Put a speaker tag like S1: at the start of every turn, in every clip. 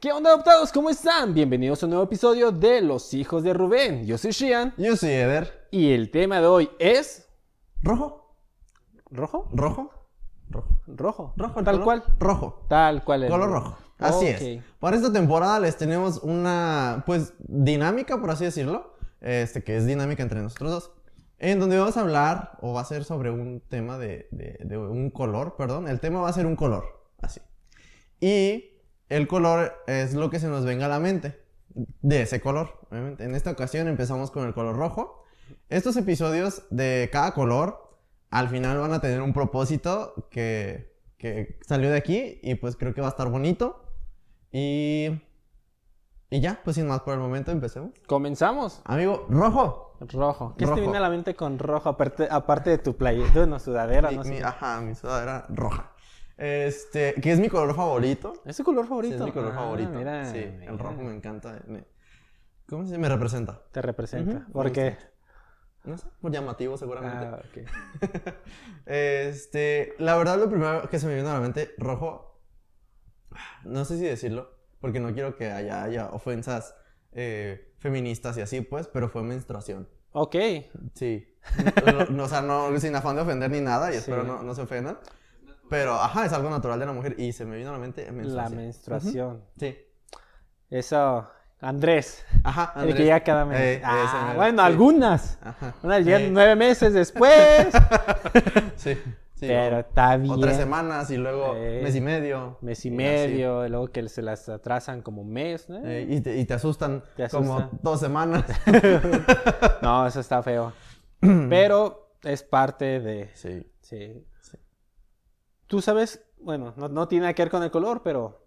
S1: ¿Qué onda adoptados? ¿Cómo están? Bienvenidos a un nuevo episodio de Los Hijos de Rubén. Yo soy Shian
S2: Yo soy Eder.
S1: y el tema de hoy es...
S2: ¿Rojo?
S1: ¿Rojo?
S2: ¿Rojo? Rojo.
S1: Rojo.
S2: Rojo.
S1: Tal
S2: color-
S1: cual.
S2: Rojo.
S1: Tal cual. es.
S2: Color rojo. Así es.
S1: Ok.
S2: Para esta temporada les tenemos una, pues, dinámica, por así decirlo. Este, que es dinámica entre nosotros dos. En donde vamos a hablar, o va a ser sobre un tema de, de- de un color, perdón. El tema va a ser un color, así. Y el color es lo que se nos venga a la mente. De ese color, obviamente. En esta ocasión empezamos con el color rojo. Estos episodios de cada color al final van a tener un propósito que, que salió de aquí y pues creo que va a estar bonito. Y, y ya, pues sin más por el momento empecemos.
S1: Comenzamos.
S2: Amigo, rojo.
S1: Rojo. ¿Qué se te
S2: Rojo.
S1: viene a la mente con rojo? Aparte, aparte de tu playa, de una sudadera,
S2: Mi-
S1: no
S2: mi-
S1: sé.
S2: ajá, mi sudadera roja. Este, que es mi color favorito.
S1: ¿Es tu color
S2: Sí,
S1: favorito?
S2: es mi color
S1: Ah,
S2: favorito.
S1: mira,
S2: sí,
S1: mira.
S2: el rojo me encanta. me- ¿Cómo se me representa?
S1: Te representa.
S2: Ujú, me
S1: ¿Por qué?
S2: No sé, por llamativo seguramente.
S1: Ah, ok.
S2: Este, la verdad lo primero que se me vino a la mente, rojo, no sé si decirlo, porque no quiero que haya, haya ofensas eh, feministas y así, pues, pero fue menstruación.
S1: Ok.
S2: Sí. No, no, o sea, no, sin afán de ofender ni nada, y
S1: Sí.
S2: espero no, no se ofendan. Pero, ajá, es algo natural de la mujer y se me vino a la mente
S1: La
S2: menstruación.
S1: menstruación.
S2: Sí.
S1: Eso. Andrés.
S2: Ajá,
S1: El
S2: Andrés.
S1: que llega cada mes.
S2: Eh, ese
S1: Ah,
S2: mero,
S1: bueno,
S2: sí.
S1: algunas.
S2: Ajá.
S1: Unas llegan
S2: Eh,
S1: nueve meses después.
S2: Sí. sí,
S1: pero
S2: o-
S1: está bien.
S2: O tres semanas y luego
S1: Eh.
S2: mes y medio.
S1: Mes y
S2: así.
S1: medio, y luego que se las atrasan como mes, ¿no?
S2: Eh, y, te, y te asustan
S1: Te
S2: como
S1: asustan.
S2: dos semanas.
S1: No, eso está feo.
S2: Mm.
S1: Pero es parte de.
S2: Sí.
S1: Sí.
S2: Sí.
S1: Tú sabes, bueno, no, no tiene nada que ver con el color, pero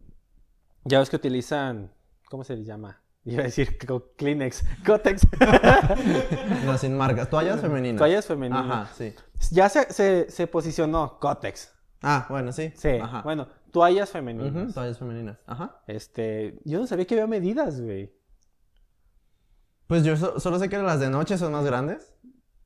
S1: ya ves que utilizan. ¿Cómo se le llama? Iba a decir co- Kleenex, Gotex.
S2: No, sin marcas. Toallas femeninas.
S1: Toallas femeninas.
S2: Ajá, sí.
S1: Ya se, se, se posicionó Gotex.
S2: Ah, bueno, sí.
S1: Sí.
S2: Ajá.
S1: Bueno, toallas
S2: Ujú,
S1: femeninas.
S2: toallas femeninas. Ajá.
S1: Este, yo no sabía que había medidas, güey.
S2: Pues yo so- solo sé que las de noche son más grandes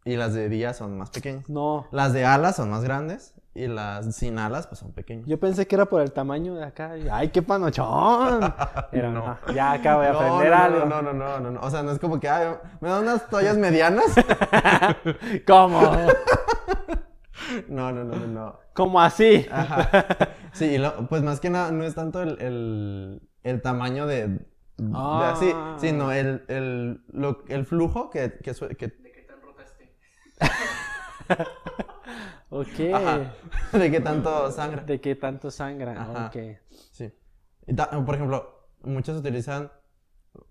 S2: y las de día son más pequeñas.
S1: No,
S2: Las de alas son más grandes y las sin alas pues son pequeñas.
S1: Yo pensé que era por el tamaño de acá. Y, ¡Ay, qué panochón! Pero no.
S2: No.
S1: ya acabo de
S2: No,
S1: aprender
S2: no, no,
S1: algo.
S2: No, no, no, no, no. O sea, no es como que, ay, me dan unas toallas medianas.
S1: ¿Cómo?
S2: No, no, no, no, no.
S1: ¿Cómo así?
S2: Ajá. Sí, y lo- pues más que nada, no es tanto el, el, el tamaño de, de
S1: Ah.
S2: así, sino el, el, lo- el flujo que, que, su- que-
S1: Ok.
S2: ajá, de que tanto sangra.
S1: ¿De qué tanto sangra?
S2: Ajá.
S1: Ok.
S2: Sí. Y ta- por ejemplo, muchos utilizan,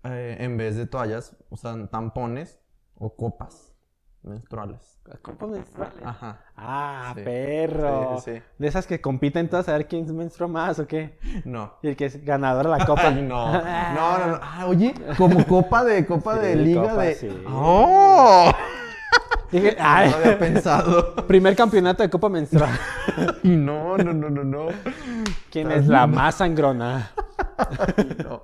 S2: eh, en vez de toallas, usan tampones o copas menstruales.
S1: ¿Cómo menstruales?
S2: Ajá.
S1: Ah,
S2: Sí.
S1: perro.
S2: Sí, sí.
S1: De esas que compiten todas a ver quién menstrua más o qué.
S2: No.
S1: Y el que es ganador de la copa.
S2: Ay, no. No, no, no. Ah, oye, como copa de copa de
S1: Sí,
S2: liga
S1: copa,
S2: de.
S1: sí.
S2: ¡Oh!
S1: Dije,
S2: No
S1: ay,
S2: lo había pensado.
S1: primer campeonato de copa menstrual.
S2: Y no, no, no, no, no.
S1: ¿Quién
S2: Estás
S1: es la más sangrona?
S2: No,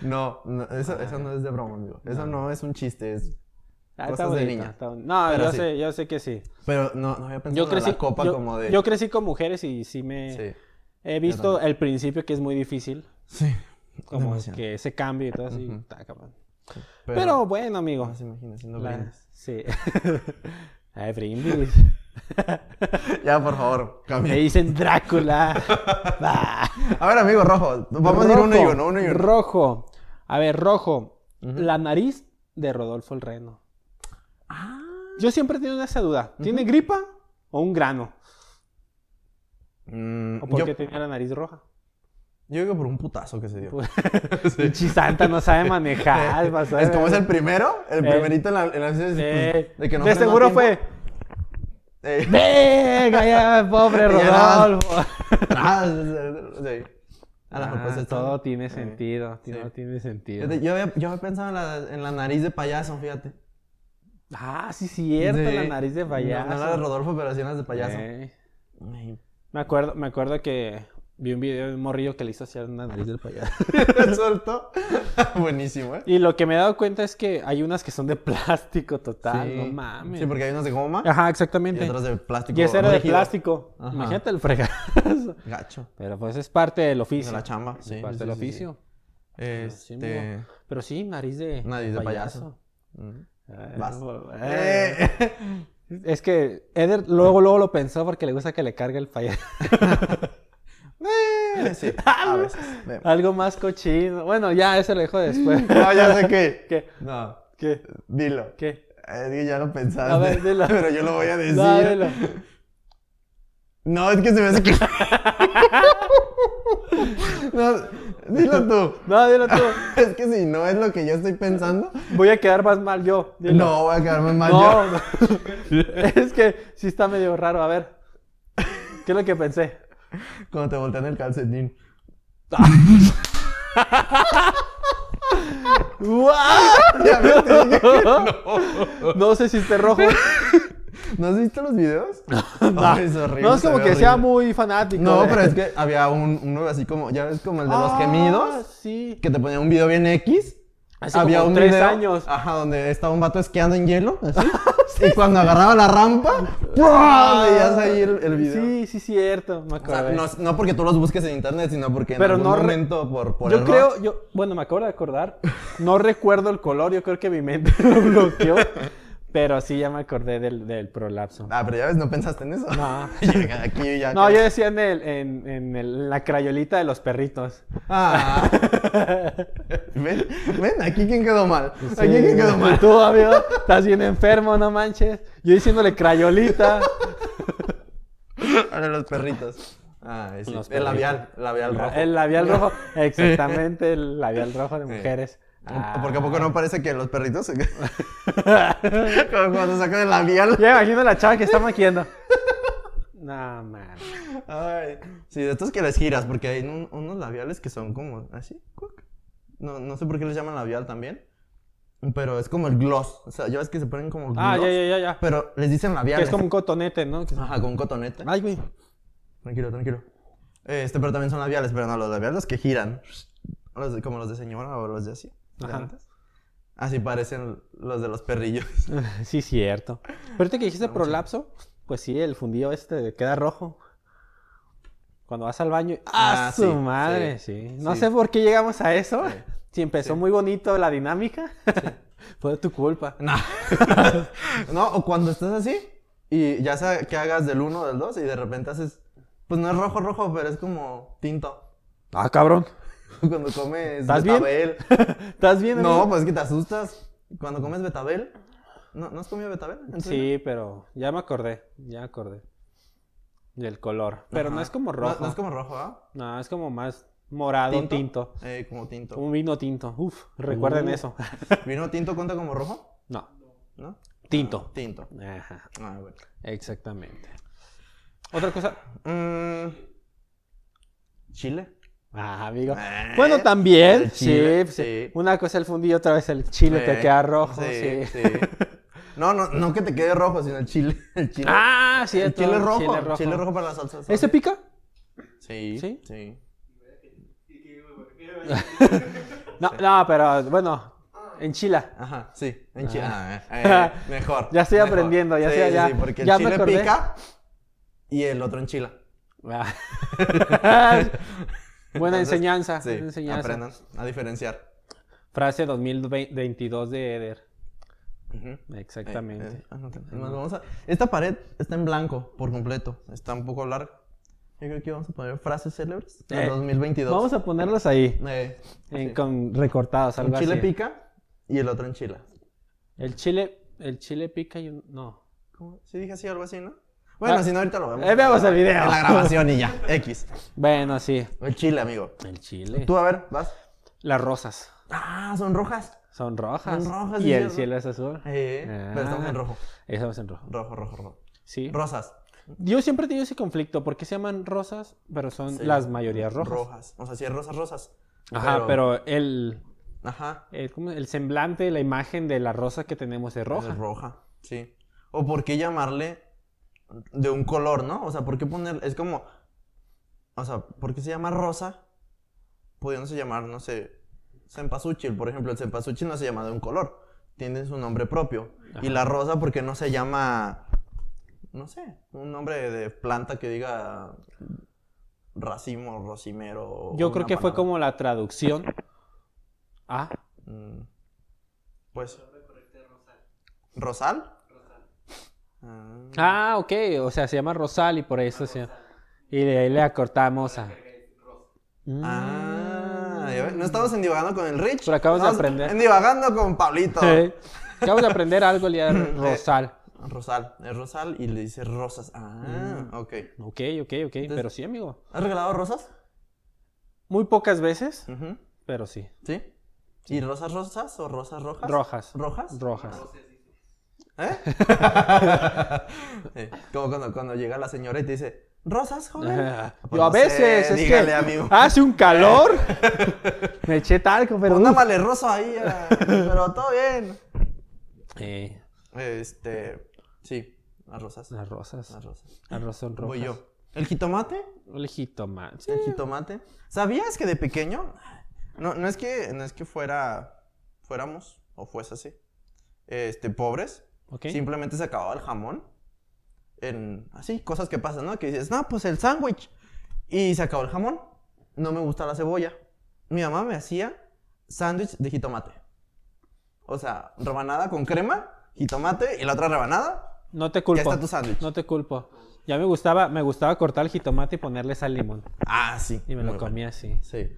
S2: no, no, eso, eso no es de broma, amigo. Eso no es un chiste. es-
S1: Ah, está
S2: Cosas de
S1: bonito,
S2: niña.
S1: está bon- No,
S2: Pero
S1: yo
S2: sí.
S1: sé, yo sé que sí.
S2: Pero no, no había pensado
S1: Yo crecí,
S2: en la copa
S1: yo,
S2: como de.
S1: yo crecí con mujeres y sí me...
S2: Sí.
S1: He visto el principio que es muy difícil,
S2: Sí.
S1: como
S2: Demasiado.
S1: que ese cambio y todo así.
S2: Ujú.
S1: está cabrón.
S2: Pero,
S1: Pero, bueno, amigo.
S2: no se imagina haciendo
S1: la-
S2: brindis.
S1: Sí. Ay, brindis.
S2: Ya, por favor,
S1: Me
S2: cambia.
S1: dicen Drácula. Bah.
S2: A ver, amigo, rojo. Vamos a ir uno y
S1: Rojo,
S2: uno, uno y uno.
S1: Rojo. A ver, rojo.
S2: Ujú.
S1: La nariz de Rodolfo el Reno.
S2: Ah.
S1: Yo siempre he tenido esa duda. ¿Tiene gripa o un grano?
S2: Mm,
S1: ¿O por
S2: yo,
S1: qué tenía la nariz roja?
S2: yo digo por un putazo que se dio.
S1: Pues-
S2: Sí.
S1: Chisanta no sabe manejar. vas a
S2: Es como es
S1: ver.
S2: el primero, el
S1: Eh.
S2: primerito en la. en la-
S1: Eh,
S2: de que no
S1: de
S2: frenó a
S1: seguro
S2: tiempo.
S1: fue.
S2: Eh,
S1: Venga, ya, pobre
S2: Ya nada más.
S1: Rodolfo.
S2: ah, sí. A la mejor, pues,
S1: Ah,
S2: está-
S1: todo tiene
S2: eh.
S1: sentido,
S2: sí.
S1: todo tiene sentido.
S2: Fíjate, Yo había, yo había pensado en la, en la nariz de payaso, fíjate.
S1: Ah, sí, cierto,
S2: Sí.
S1: la nariz de
S2: No-
S1: payaso.
S2: No, la de Rodolfo, pero sí en las de payaso.
S1: Eh,
S2: Ay,
S1: Me acuerdo, me acuerdo que vi un video de un morrillo que le hizo hacer una nariz del payaso.
S2: Suelto. Buenísimo, ¿eh?
S1: Y lo que me he dado cuenta es que hay unas que son de plástico total,
S2: Sí.
S1: no mames.
S2: Sí, porque hay unas de goma
S1: Ajá,
S2: y
S1: exactamente.
S2: otras de plástico.
S1: Y ese era de
S2: rígido.
S1: plástico.
S2: Ajá.
S1: Imagínate el fregazo.
S2: Gacho.
S1: Pero pues es parte del
S2: De
S1: oficio.
S2: la chamba.
S1: Es
S2: Sí,
S1: parte
S2: sí,
S1: del
S2: sí, sí,
S1: oficio. Así
S2: Este.
S1: Pero sí, nariz de,
S2: Nariz de mm.
S1: Eh,
S2: Vas.
S1: bo- eh.
S2: Eh.
S1: Es que Eder luego, luego lo pensó porque le gusta que le cargue el payaso.
S2: Eh, sí,
S1: Ah,
S2: a veces. Ve.
S1: Algo más cochino. Bueno, ya, eso lo dejo después.
S2: No, ya sé qué.
S1: ¿Qué?
S2: No,
S1: ¿Qué?
S2: dilo.
S1: ¿Qué?
S2: Es que ya lo pensaste.
S1: A ver, dilo.
S2: Pero yo lo voy a decir.
S1: No, dilo.
S2: No, es que se me hace que. no, dilo tú.
S1: No, dilo tú.
S2: es que si no es lo que yo estoy pensando,
S1: Voy a quedar más mal yo. Dilo.
S2: no voy a quedarme mal
S1: No,
S2: yo.
S1: no. es que sí está medio raro. A ver. ¿Qué es lo que pensé?
S2: Cuando te voltean el calcetín.
S1: ¡Guau!
S2: Ya ves, te dije que no.
S1: No sé si esté rojo.
S2: ¿No has visto los videos?
S1: No,
S2: Ay, es horrible,
S1: no es
S2: se
S1: como
S2: ve
S1: que sea
S2: horrible.
S1: muy fanático.
S2: No,
S1: de-
S2: pero es que había un, uno así como, ya ves, como el de los
S1: Ah,
S2: gemidos,
S1: Sí.
S2: que te ponía un video bien X.
S1: Hace como tres años.
S2: Ajá, donde estaba un vato esquiando en hielo, así. y cuando agarraba la rampa, ¡pua! veías ahí el, el video.
S1: Ah. Sí, sí, cierto. Me
S2: O sea,
S1: acordé.
S2: no, no porque tú los busques en internet, sino porque en
S1: Pero
S2: algún
S1: no re-
S2: momento por, por
S1: yo
S2: error-
S1: creo, yo, bueno, me acabo de acordar. No recuerdo el color, yo creo que mi mente lo bloqueó. pero sí, ya me acordé del, del prolapso.
S2: Ah, pero ya ves, no pensaste en eso.
S1: No.
S2: Llega aquí ya.
S1: No, yo decía en, el, en, en el- la crayolita de los perritos.
S2: Ah. ven, ven, aquí quién quedó mal.
S1: Pues Sí,
S2: Aquí quién quedó mal.
S1: Tú, amigo, estás bien enfermo, no manches. Yo diciéndole crayolita.
S2: Ahora los perritos. Ah, sí.
S1: Los
S2: el
S1: perritos.
S2: labial, labial rojo.
S1: El labial rojo. Exactamente, el labial rojo de mujeres.
S2: Ah, Porque a poco no parece que los perritos se... Como cuando sacan el labial.
S1: Ya me imagino la chava que está maquillando. No, man.
S2: Ay, sí, de estos que les giras, porque hay un- unos labiales que son como así. cuac. No, no sé por qué les llaman labial también. Pero es como el gloss. O sea, ya ves que se ponen como gloss.
S1: Ah, ya, ya, ya, ya.
S2: Pero les dicen
S1: Que
S2: labiales.
S1: es como un cotonete, ¿no? Que-
S2: Ajá, con un cotonete.
S1: Ay, güey.
S2: Tranquilo, tranquilo. Este, pero también son labiales, pero no, los labiales que giran. Los de- como los de señora o los de así. de
S1: Ajá.
S2: antes. Así parecen los de los perrillos.
S1: Sí, cierto. Pero ahorita que dijiste
S2: Vamos a-
S1: prolapso, pues sí, el fundido este queda rojo. Cuando vas al baño. ¡Ah,
S2: Ah,
S1: su
S2: sí,
S1: madre! Sí.
S2: sí,
S1: No
S2: sí.
S1: sé por qué llegamos a eso.
S2: Sí.
S1: Si empezó muy bonito la dinámica, fue tu culpa.
S2: No. no, o cuando estás así y ya sea que hagas del 1 o del 2 y de repente haces, pues no es rojo, rojo, pero es como tinto.
S1: Ah, cabrón.
S2: Cuando comes
S1: ¿Estás bien?
S2: betabel.
S1: ¿Estás bien?
S2: No,
S1: amigo?
S2: pues es que te asustas. Cuando comes betabel. ¿No, ¿no has comido betabel? Entonces-
S1: Sí, pero ya me acordé. Ya me acordé. Del color. Pero no
S2: Ajá.
S1: es como
S2: Ah, No-
S1: rojo.
S2: No, es como rojo, ¿ah?
S1: No, es como más morado, tinto.
S2: Eh, como tinto.
S1: Un vino tinto. Uf, recuerden
S2: Uh.
S1: eso.
S2: ¿Vino tinto cuenta como rojo?
S1: No,
S2: ¿No?
S1: tinto.
S2: Tinto.
S1: Ajá,
S2: Ah, bueno.
S1: exactamente. Otra cosa.
S2: Mm, Chile.
S1: Ah, amigo.
S2: Eh,
S1: Bueno, también.
S2: el chile,
S1: sí, sí.
S2: sí.
S1: Una cosa el fundido, otra vez el chile te
S2: Sí,
S1: queda rojo. Sí.
S2: Eh, sí, sí. No, no, no que te quede rojo, sino el chile. El chile,
S1: Ah, sí,
S2: el chile rojo. Chile rojo. para la salsa.
S1: ¿Ese pica?
S2: Sí.
S1: ¿Sí?
S2: Sí.
S1: No, no, pero bueno, enchila.
S2: Ajá, sí. En chile.
S1: Ah.
S2: eh, mejor.
S1: Ya estoy
S2: mejor.
S1: aprendiendo, ya
S2: sí,
S1: sé,
S2: sí,
S1: ya-
S2: sí, porque
S1: ya
S2: el
S1: me
S2: chile
S1: acordé.
S2: pica y el otro enchila.
S1: Ah. Buena
S2: Entonces,
S1: enseñanza.
S2: Sí,
S1: buena enseñanza.
S2: aprendan a diferenciar.
S1: Frase 2022 de Eder.
S2: Ujú. Eh,
S1: Exactamente.
S2: eh, anoten. Además, vamos a- Esta pared está en blanco por completo. Está un poco larga. Yo creo que vamos a poner frases célebres del
S1: Eh,
S2: 2022.
S1: Vamos a ponerlos ahí,
S2: Eh,
S1: en-
S2: sí.
S1: con recortados,
S2: Un
S1: algo
S2: chile
S1: así.
S2: pica y el otro enchila.
S1: El chile, el chile pica y un... No.
S2: ¿Cómo? Sí dije así, algo así, ¿no? Bueno,
S1: Ah.
S2: si no, ahorita lo vemos.
S1: Eh, veamos el video.
S2: En la grabación y ya. X.
S1: Bueno, sí.
S2: El chile, amigo.
S1: El chile.
S2: Tú, a ver, vas.
S1: Las rosas
S2: Ah, son rojas.
S1: son rojas.
S2: Son rojas,
S1: y
S2: sí,
S1: el
S2: cierto.
S1: cielo es azul.
S2: Eh, Pero estamos en rojo.
S1: Estamos en rojo.
S2: Rojo, rojo, rojo.
S1: Ah. Sí.
S2: Rosas.
S1: Yo siempre he tenido ese conflicto. ¿Por qué se llaman rosas? Pero son
S2: Sí.
S1: las mayorías rojas.
S2: Rojas. O sea, sí es rosas, rosas.
S1: Ajá, pero, el,
S2: Ajá.
S1: el, ¿cómo? el semblante, la imagen de la rosa que tenemos es roja.
S2: Es roja. Sí. O por qué llamarle de un color, ¿no? O sea, ¿por qué poner. Es como. O sea, ¿por qué se llama rosa? Pudiéndose llamar, no sé. Cempasúchil, por ejemplo. El cempasúchil no se llama de un color. Tiene su nombre propio. Y la rosa, porque no se llama. No sé. Un nombre de planta que diga. Racimo, rocimero. o
S1: Yo creo
S2: una
S1: que fue
S2: palabra.
S1: como la traducción Ah,
S2: Mm, Pues. ¿Rosal? Ah.
S1: ah, ok. O sea, se llama Rosal y por eso se llama. Y de ahí le acortamos a. Mm.
S2: Ah, ya ves, No estamos endivagando con el Rich.
S1: Pero acabas de
S2: estamos
S1: aprender.
S2: Endivagando con Pablito.
S1: Sí. Acabo de aprender algo el día de Rosal.
S2: Rosal. Es Rosal y le dice rosas. Ah,
S1: Mm.
S2: ok.
S1: Ok, ok, ok. Pero sí, amigo.
S2: ¿Has regalado rosas?
S1: Muy pocas veces,
S2: Ujú.
S1: pero sí.
S2: ¿Sí? ¿Y rosas rosas o rosas rojas?
S1: Rojas.
S2: ¿Rojas?
S1: Rojas.
S2: ¿Eh? Sí, Eh, Como cuando, cuando llega la señora y te dice, ¿rosas, joven?
S1: Ah,
S2: Pues
S1: Yo a
S2: no sé,
S1: veces es
S2: dígale,
S1: que Ah,
S2: amigo.
S1: hace un calor. Me eché talco, pero. uf.
S2: Póngamele roso ahí, ah, pero todo bien.
S1: Eh,
S2: Este, sí, las rosas.
S1: las rosas.
S2: Las rosas.
S1: Las rosas son rojas.
S2: Voy yo. ¿El jitomate?
S1: El jitomate. Sí.
S2: El jitomate. ¿Sabías que de pequeño? No, no es que, no es que fuera, fuéramos o fuese así, este, pobres.
S1: Ok.
S2: Simplemente se acababa el jamón. En, así, cosas que pasan, ¿no? Que dices, no, pues el sándwich. Y se acabó el jamón. No me gusta la cebolla. Mi mamá me hacía sándwich de jitomate. O sea, rebanada con crema, jitomate y la otra rebanada.
S1: No te
S2: Ya
S1: culpo.
S2: está tu sándwich.
S1: No te culpo. Ya me gustaba, me gustaba cortar el jitomate y ponerle sal limón.
S2: Ah, sí.
S1: Y me
S2: Muy
S1: lo
S2: bueno.
S1: comía así.
S2: Sí.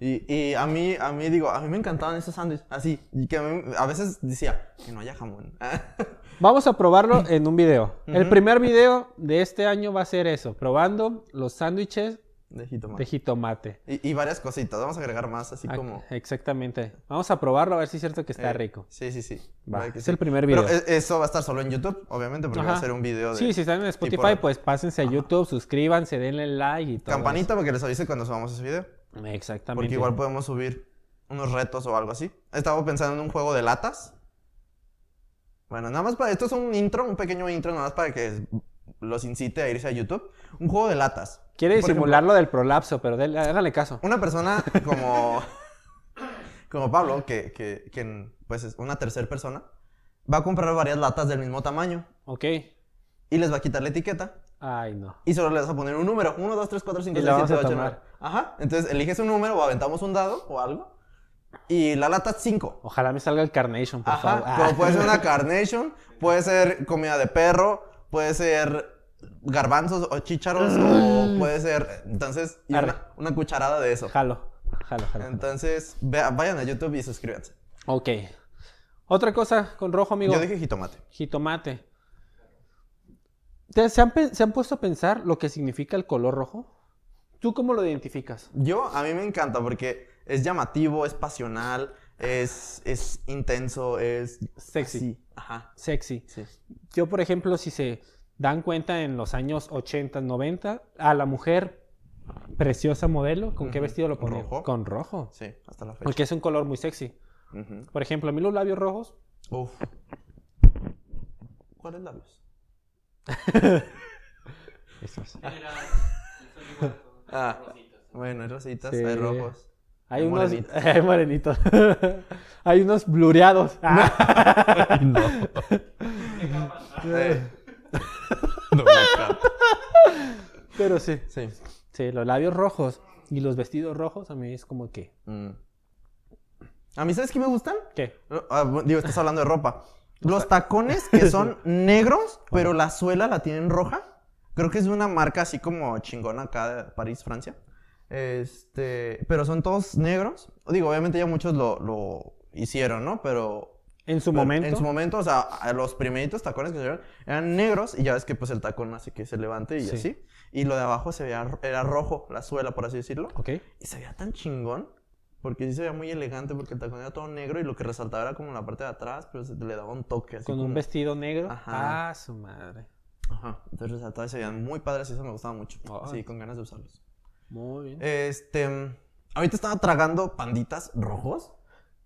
S2: Y, y a mí, a mí, digo, a mí me encantaban esos sándwiches. Así. Y que a, mí- a veces decía, que no haya jamón.
S1: Vamos a probarlo en un video. El
S2: Ujú.
S1: primer video de este año va a ser eso, probando los sándwiches
S2: de jitomate.
S1: de jitomate.
S2: Y, y varias cositas. Vamos a agregar más, así
S1: Ah,
S2: como.
S1: Exactamente. Vamos a probarlo a ver si es cierto que está
S2: Eh,
S1: rico.
S2: Sí, sí, sí.
S1: Va,
S2: Verdad que
S1: es
S2: sí.
S1: el primer
S2: Pero
S1: video.
S2: e- eso va a estar solo en YouTube, obviamente, porque va a
S1: Ajá.
S2: ser un video de
S1: Sí, si están en Spotify,
S2: tipo-
S1: pues pásense a YouTube, suscríbanse, denle like y todo.
S2: campanita porque les avise cuando subamos ese video.
S1: eso. Exactamente.
S2: Porque igual podemos subir unos retos o algo así. Estaba pensando en un juego de latas. Bueno, nada más para... Esto es un intro, un pequeño intro, nada más para que los incite a irse a YouTube. Un juego de latas.
S1: Quiere
S2: Por ejemplo,
S1: disimular lo del prolapso, pero denle- háganle caso.
S2: una persona como, como Pablo, que, que, que, pues es una tercera persona, va a comprar varias latas del mismo tamaño
S1: Ok.
S2: y les va a quitar la etiqueta.
S1: Ay, no.
S2: Y solo le vas a poner un número. 1, 2, 3, 4, 5,
S1: Y
S2: 6,
S1: la
S2: 7,
S1: vamos a
S2: 8, 9. Ajá. Entonces eliges un número o aventamos un dado o algo. Y la lata es 5.
S1: Ojalá me salga el carnation, por
S2: Ajá.
S1: favor. Ah.
S2: Como puede ser una carnation, puede ser comida de perro, puede ser garbanzos o chícharos o puede ser... Entonces, y
S1: Mm. Arre.
S2: una, una cucharada de eso.
S1: Jalo, jalo, jalo.
S2: Entonces, vea- vayan a YouTube y suscríbanse.
S1: Ok. Otra cosa con rojo, amigo.
S2: Yo dije jitomate.
S1: Jitomate. ¿Te- ¿Se han, pe- se han puesto a pensar lo que significa el color rojo? ¿Tú cómo lo identificas?
S2: Yo, a mí me encanta porque es llamativo, es pasional, es, es intenso, es...
S1: Sexy.
S2: así. Ajá.
S1: Sexy.
S2: Sí.
S1: Yo, por ejemplo, si se dan cuenta en los años 80, 90, a la mujer preciosa modelo, ¿con qué
S2: Ujú.
S1: vestido lo ponen?
S2: Rojo.
S1: Con rojo.
S2: Sí, hasta la fecha.
S1: Porque es un color muy sexy.
S2: Ujú.
S1: Por ejemplo, a mí los labios rojos,
S2: Uf. ¿Cuáles labios?
S1: esos.
S2: Ah. Bueno, hay rositas,
S1: Sí.
S2: hay rojos.
S1: Hay
S2: Hay
S1: unos
S2: morenitos.
S1: hay morenitos. hay unos blureados. Ah.
S2: Eh. No me encanta.
S1: Pero sí.
S2: Sí.
S1: Sí, los labios rojos y los vestidos rojos a mí es como que.
S2: Mm. ¿A mí sabes qué me gustan?
S1: ¿Qué?
S2: Ah, bueno, digo, estás hablando de ropa. Los tacones que son negros, pero la suela la tienen roja. Creo que es de una marca así como chingona acá de París, Francia. Este, pero son todos negros. Digo, obviamente ya muchos lo, lo hicieron, ¿no? Pero
S1: En su
S2: Pero
S1: momento.
S2: En su momento, o sea, a los primeritos tacones que se vieron eran negros y ya ves que pues el tacón hace que se levante y
S1: Sí.
S2: así. Y lo de abajo se veía, ro- era rojo, la suela, por así decirlo.
S1: Ok.
S2: Y se veía tan chingón, porque sí se veía muy elegante, porque el tacón era todo negro y lo que resaltaba era como la parte de atrás, pero se le daba un toque así.
S1: Con un
S2: como-
S1: vestido negro.
S2: Ajá.
S1: Ah, su madre.
S2: Ajá. Entonces resaltaba y se veían muy padres y eso me gustaba mucho.
S1: Ay.
S2: Sí, con ganas de usarlos.
S1: Muy bien.
S2: Este, ahorita estaba tragando panditas rojos.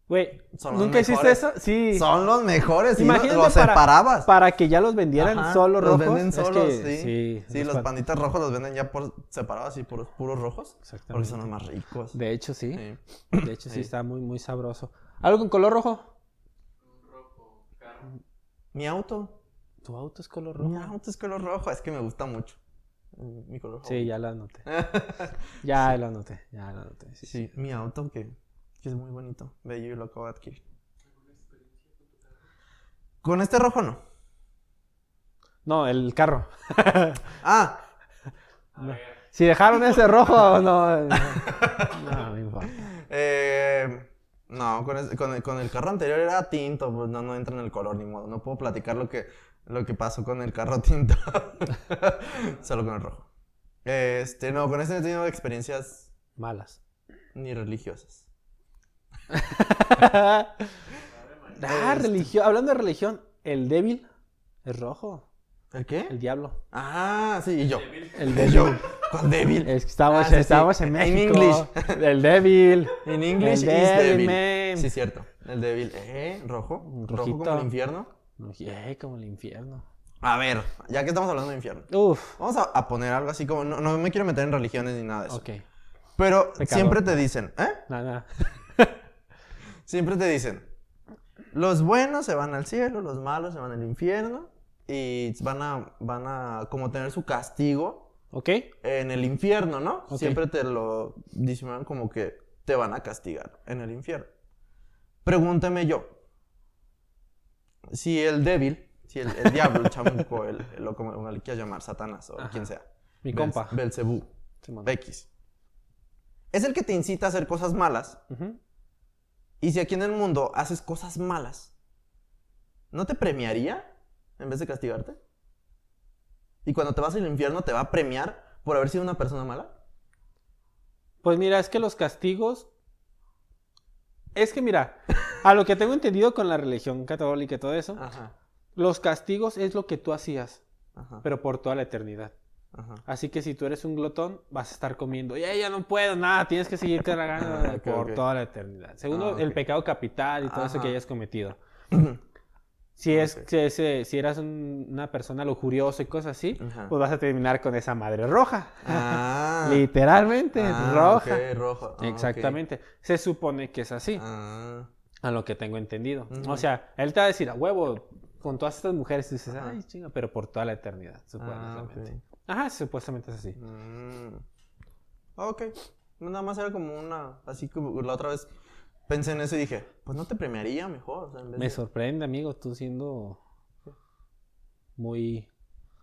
S1: Güey,
S2: son los
S1: ¿nunca hiciste
S2: mejores.
S1: eso? Sí.
S2: Son los mejores,
S1: Imagínate
S2: Imagínate y los- los
S1: para-
S2: separabas.
S1: Para que ya los vendieran
S2: Ajá,
S1: solo
S2: los
S1: rojos.
S2: venden
S1: Es
S2: solos,
S1: que-
S2: sí.
S1: Sí,
S2: Sí, los
S1: pan-
S2: panditas rojos los venden ya por separados y por puros rojos. Porque
S1: Exactamente.
S2: son los más ricos.
S1: De hecho, sí.
S2: Sí.
S1: De hecho, sí, está muy, muy sabroso. ¿Algo con color rojo?
S2: Mi auto.
S1: Tu auto es color
S2: Mi
S1: rojo.
S2: auto es color rojo. Es que me gusta mucho. Mm, Mi color rojo.
S1: Sí, ya lo anoté. Ya lo anoté. Ya lo anoté. sí.
S2: Sí, mi auto que que es muy bonito. Bello y lo acabo de adquirir. Con este rojo no.
S1: No, el carro.
S2: Ah,
S1: Si dejaron ese rojo, no. No, no, no importa.
S2: Eh, no, con, ese- con el, con el carro anterior era tinto, pues no, no entra en el color ni modo. No puedo platicar lo que, lo que pasó con el carro tinto. Solo con el rojo. Este, no, con este no he tenido experiencias
S1: Malas.
S2: ni religiosas. Este.
S1: Ah, religión. Hablando de religión, el débil es rojo.
S2: ¿El
S1: El
S2: qué?
S1: diablo.
S2: Ah, sí, y yo.
S1: El
S2: De yo. Con débil.
S1: Es que estamos,
S2: Ah, sí, sí.
S1: estamos en
S2: In
S1: México.
S2: English.
S1: El débil.
S2: En English
S1: El
S2: is
S1: débil,
S2: débil.
S1: man.
S2: Sí, cierto. El débil. ¿Eh? ¿Rojo? ¿Rojo
S1: Rojito.
S2: como el infierno?
S1: Eh, como el infierno.
S2: A ver, ya que estamos hablando de infierno.
S1: Uf.
S2: Vamos a, a poner algo así como... No, no me quiero meter en religiones ni nada de eso.
S1: Ok.
S2: Pero
S1: Pecador.
S2: siempre te dicen, ¿eh?
S1: Nada.
S2: Siempre te dicen, los buenos se van al cielo, los malos se van al infierno y van a, van a como tener su castigo
S1: Ok.
S2: en el infierno, ¿no?
S1: Ok.
S2: Siempre te lo dicen como que te van a castigar en el infierno. Pregúntame yo, si el débil, si el, el diablo, el chamuco, el, el- lo como como le quieras llamar, Satanás o
S1: Ajá.
S2: quien sea.
S1: Mi compa.
S2: Belcebú,
S1: Simón.
S2: X. Es el que te incita a hacer cosas malas
S1: Ujú.
S2: Y si aquí en el mundo haces cosas malas, ¿no te premiaría en vez de castigarte? Y cuando te vas al infierno te va a premiar por haber sido una persona mala.
S1: Pues mira, es que los castigos. Es que mira, a lo que tengo entendido con la religión católica y todo eso,
S2: Ajá,
S1: los castigos es lo que tú hacías,
S2: ajá,
S1: pero por toda la eternidad.
S2: ajá.
S1: Así que si tú eres un glotón, vas a estar comiendo. Ya, ya no puedo, nada, tienes que seguir tragando
S2: Ah, ok,
S1: por
S2: ok.
S1: toda la eternidad. Segundo,
S2: Ah, ok.
S1: el pecado capital y todo eso
S2: Ajá.
S1: que hayas cometido. Si,
S2: Ah,
S1: es,
S2: ok.
S1: si, es, eh, si eras un- una persona lujuriosa y cosas así,
S2: Ajá.
S1: pues vas a terminar con esa madre roja.
S2: Ah,
S1: Literalmente,
S2: ah,
S1: roja.
S2: ok, roja. Ah, ok.
S1: Exactamente. Se supone que es así,
S2: Ah,
S1: a lo que tengo entendido.
S2: Ujú.
S1: O sea, él te va a decir, a huevo, con todas estas mujeres, y dices,
S2: Ajá.
S1: ay, chinga, pero por toda la eternidad,
S2: ah,
S1: supuestamente.
S2: ok.
S1: Ajá, supuestamente es así.
S2: Mm. Ok. Nada más era como una. Así como la otra vez pensé en eso y dije, pues no te premiaría mejor. o sea, en vez
S1: Me
S2: de-
S1: sorprende, amigo, tú siendo muy...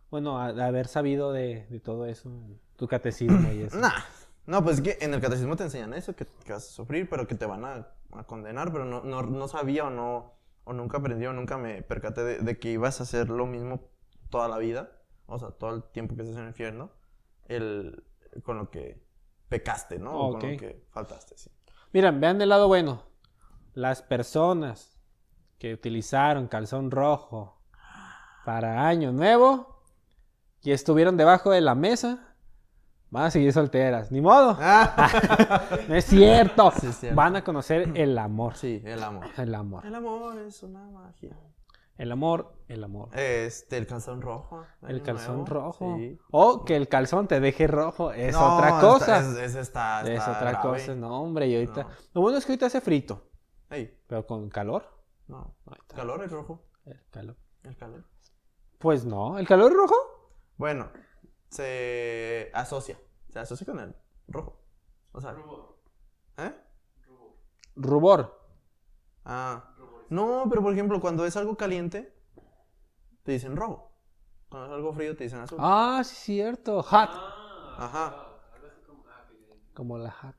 S1: Bueno, a- de haber sabido de, de todo eso, tu catecismo y eso.
S2: Nah. No, pues es que en el catecismo te enseñan eso, que, que vas a sufrir, pero que te van a, a condenar, pero no, no, no sabía o no, o nunca aprendí o nunca me percaté de, de que ibas a hacer lo mismo toda la vida, o sea, todo el tiempo que estés en el infierno, el, con lo que pecaste, ¿no? O Con
S1: Ok.
S2: lo que faltaste, sí.
S1: Mira, vean el lado bueno. Las personas que utilizaron calzón rojo para Año Nuevo y estuvieron debajo de la mesa, van a seguir solteras. Ni modo. No es cierto.
S2: Sí, es cierto.
S1: Van a conocer el amor.
S2: sí, el amor.
S1: El amor.
S2: El amor es una magia.
S1: El amor, el amor.
S2: Este, el calzón rojo.
S1: El
S2: año
S1: calzón
S2: nuevo,
S1: rojo.
S2: sí.
S1: O que el calzón te deje rojo. Es
S2: No,
S1: otra
S2: está-
S1: cosa.
S2: es, es- está-
S1: es
S2: está
S1: otra
S2: grave.
S1: cosa. No, hombre. Y ahorita.
S2: No.
S1: Lo bueno es que ahorita hace frito.
S2: Ey,
S1: Pero con calor.
S2: no.
S1: Ahí está,
S2: Calor es rojo.
S1: el calor.
S2: El calor.
S1: Pues no. ¿El calor rojo?
S2: Bueno, se asocia. Se asocia con el rojo. O sea. ¿Eh?
S1: Rubor.
S2: Ah. No, pero por ejemplo, cuando es algo caliente, te dicen rojo. Cuando es algo frío, te dicen azul.
S1: Ah, sí, cierto. Hot.
S2: Ajá.
S1: Como la hot.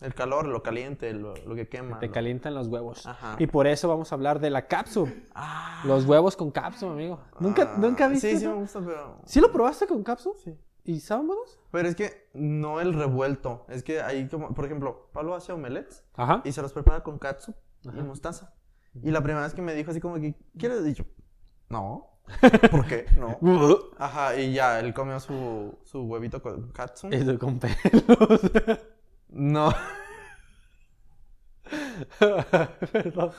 S2: El calor, lo caliente, lo, lo que quema.
S1: Te
S2: lo-
S1: calientan los huevos.
S2: Ajá.
S1: Y por eso vamos a hablar de la cápsula.
S2: Ah,
S1: Los huevos con cápsula, amigo. ¿Nunca,
S2: ah,
S1: nunca viste
S2: Sí, sí,
S1: eso?
S2: me gusta, pero.
S1: ¿Sí lo probaste con cápsula?
S2: Sí.
S1: ¿Y saben buenos?
S2: Pero es que no el revuelto. Es que ahí, como, por ejemplo, Pablo hace omelets
S1: Ajá.
S2: y se los prepara con katsu y
S1: Ajá.
S2: mostaza. Y la primera vez que me dijo así como que, ¿quieres? Y yo, no. ¿Por qué? No. Ajá, y ya, él comió su, su huevito con katsu.
S1: Eso con pelos.
S2: No.
S1: Perdón.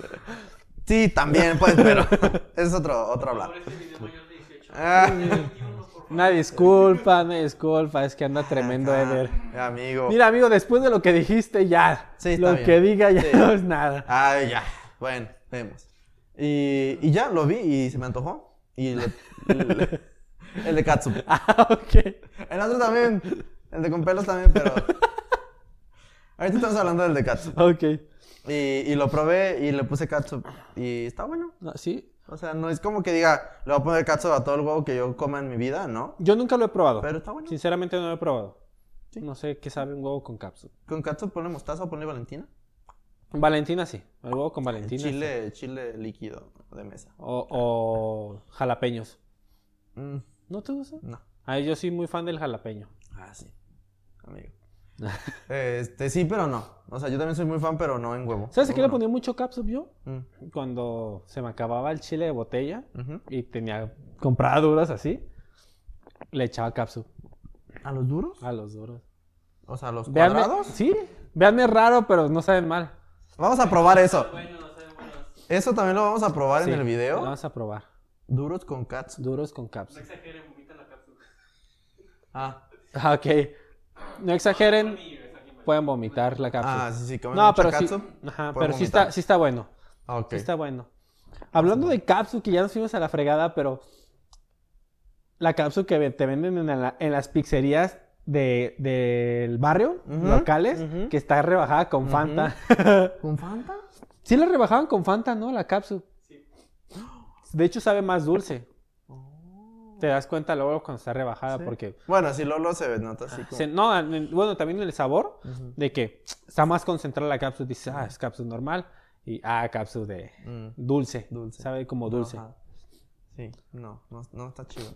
S2: Sí, también, pues, pero es otro, otro hablar. Ah,
S1: Una disculpa, una disculpa. Es que anda tremendo Eder.
S2: ah, Amigo.
S1: Mira, amigo, después de lo que dijiste, ya.
S2: Sí, está
S1: lo
S2: bien.
S1: que diga ya
S2: Sí.
S1: no es nada.
S2: Ay, ya. Bueno, vemos. Y, y ya, lo vi y se me antojó. Y le- le- el de katsu.
S1: Ah, ok.
S2: El otro también. El de con pelos también, pero. Ahorita estamos hablando del de Katsu.
S1: Ok.
S2: Y, y lo probé y le puse catsup. Y está bueno.
S1: No, sí.
S2: O sea, no es como que diga, le voy a poner catsup a todo el huevo que yo coma en mi vida, ¿no?
S1: Yo nunca lo he probado.
S2: Pero está bueno.
S1: Sinceramente no lo he probado.
S2: Sí.
S1: No sé qué sabe un huevo con cápsula.
S2: ¿Con catsup ponle mostaza o ponle valentina?
S1: Valentina sí. El huevo con Valentina. sí.
S2: Chile, chile líquido de mesa.
S1: O, o jalapeños.
S2: Mm,
S1: ¿No te gusta?
S2: no.
S1: Ay, yo soy muy fan del jalapeño.
S2: Ah, sí. Amigo. este, sí, pero no. O sea, yo también soy muy fan, pero no en huevo.
S1: ¿Sabes a
S2: En
S1: qué le
S2: huevo
S1: ponía mucho capsup yo?
S2: no. Mm,
S1: Cuando se me acababa el chile de botella
S2: ujú.
S1: y tenía compraba duras así, le echaba capsup
S2: ¿A los duros?
S1: a los duros.
S2: O sea, ¿a los
S1: Véanme-
S2: cuadrados.
S1: Sí, veanme raro, pero no saben mal.
S2: Vamos a probar eso. Eso también lo vamos a probar
S1: Sí,
S2: en el video.
S1: lo Vamos a probar.
S2: Duros con catsup.
S1: Duros con capsup
S2: Ah,
S1: Ah, ok. No exageren, pueden vomitar la cápsula.
S2: ah sí, sí. comen
S1: no,
S2: mucho
S1: pero
S2: catsup,
S1: sí. Ajá,
S2: pueden
S1: pero sí
S2: vomitar.
S1: está, sí está bueno.
S2: Ah, ok.
S1: Sí está bueno. Hablando de cápsula, que ya nos fuimos a la fregada, pero la cápsula que te venden en, la- en las pizzerías de- del barrio,
S2: Ujú,
S1: locales,
S2: ujú.
S1: que está rebajada con Fanta.
S2: ¿Con Fanta?
S1: sí la rebajaban con Fanta, ¿no? La cápsula. De hecho, sabe más dulce. Te das cuenta luego cuando está rebajada,
S2: Sí.
S1: Ah, porque...
S2: Bueno, si Lolo se nota así como...
S1: se- no, en el- bueno, también en el sabor,
S2: Ujú.
S1: de que está más concentrada la cápsula, dices, ah, es cápsula normal, y ah, cápsula de
S2: Mm,
S1: dulce,
S2: Dulce.
S1: sabe como dulce.
S2: ajá. Sí, no, no, no está chido.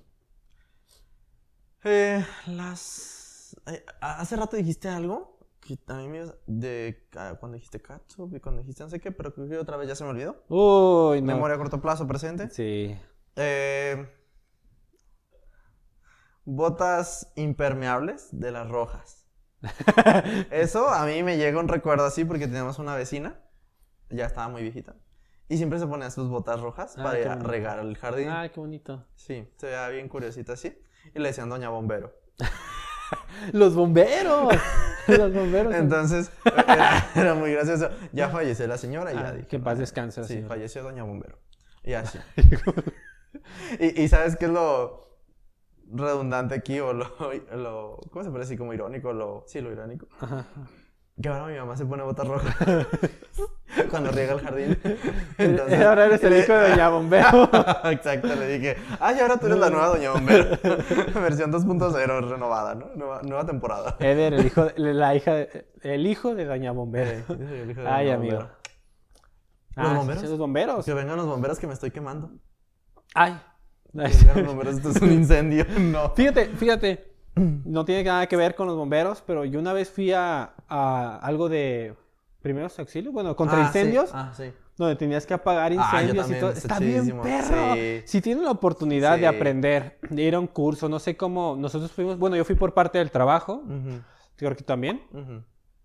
S2: Eh, las... eh, hace rato dijiste algo que a mí me... De, ah, cuando dijiste catsup y cuando dijiste no sé qué, pero creo que otra vez ya se me olvidó.
S1: Uy, no.
S2: Memoria a corto plazo presente.
S1: Sí.
S2: Eh, botas impermeables de las rojas. Eso a mí me llega un recuerdo así porque teníamos una vecina, ya estaba muy viejita, y siempre se ponía sus botas rojas
S1: Ah,
S2: para
S1: qué
S2: ir a
S1: bonito.
S2: regar el jardín.
S1: Ah, qué bonito.
S2: Sí, se veía bien curiosita así. Y le decían Doña Bombero.
S1: Los bomberos. Los bomberos. son-
S2: Entonces, era, era muy gracioso. Ya falleció la señora y
S1: Ah,
S2: ya dije,
S1: que en paz
S2: "Ah,
S1: descanse la
S2: Sí,
S1: señora".
S2: falleció Doña Bombero. Y así. y, y ¿sabes qué es lo redundante aquí? O lo, lo- ¿Cómo se parece? Como irónico. Lo, sí, lo irónico.
S1: Ajá.
S2: Que ahora mi mamá se pone bota roja cuando riega el jardín.
S1: Eh, Ahora eres
S2: eh,
S1: el hijo de Doña Bombero.
S2: Exacto, le dije, ay, ahora tú eres la nueva Doña Bombero. Versión 2.0 renovada, ¿no? Nueva, nueva temporada.
S1: Eder, el hijo de, la hija de- el hijo de Doña Bombero.
S2: Yo soy el hijo de
S1: Ay,
S2: Doña
S1: amigo.
S2: Bombero.
S1: Ah, sí,
S2: bomberos?
S1: sí, Los bomberos.
S2: Que vengan los bomberos que me estoy quemando.
S1: Ay.
S2: Que vengan los bomberos, esto es un incendio. No.
S1: Fíjate, fíjate. No tiene nada que ver con los bomberos, pero yo una vez fui a, a algo de primeros auxilios, bueno, contra
S2: Ah, sí.
S1: incendios,
S2: Ah, sí.
S1: donde tenías que apagar
S2: yo
S1: incendios y
S2: también,
S1: todo.
S2: está
S1: Está bien,
S2: chidísimo.
S1: perro.
S2: Sí.
S1: Si tienen la oportunidad de
S2: Sí.
S1: aprender, de ir a un curso, no sé cómo. Nosotros fuimos, bueno, yo fui por parte del trabajo,
S2: Ujú,
S1: creo que también,
S2: ujú.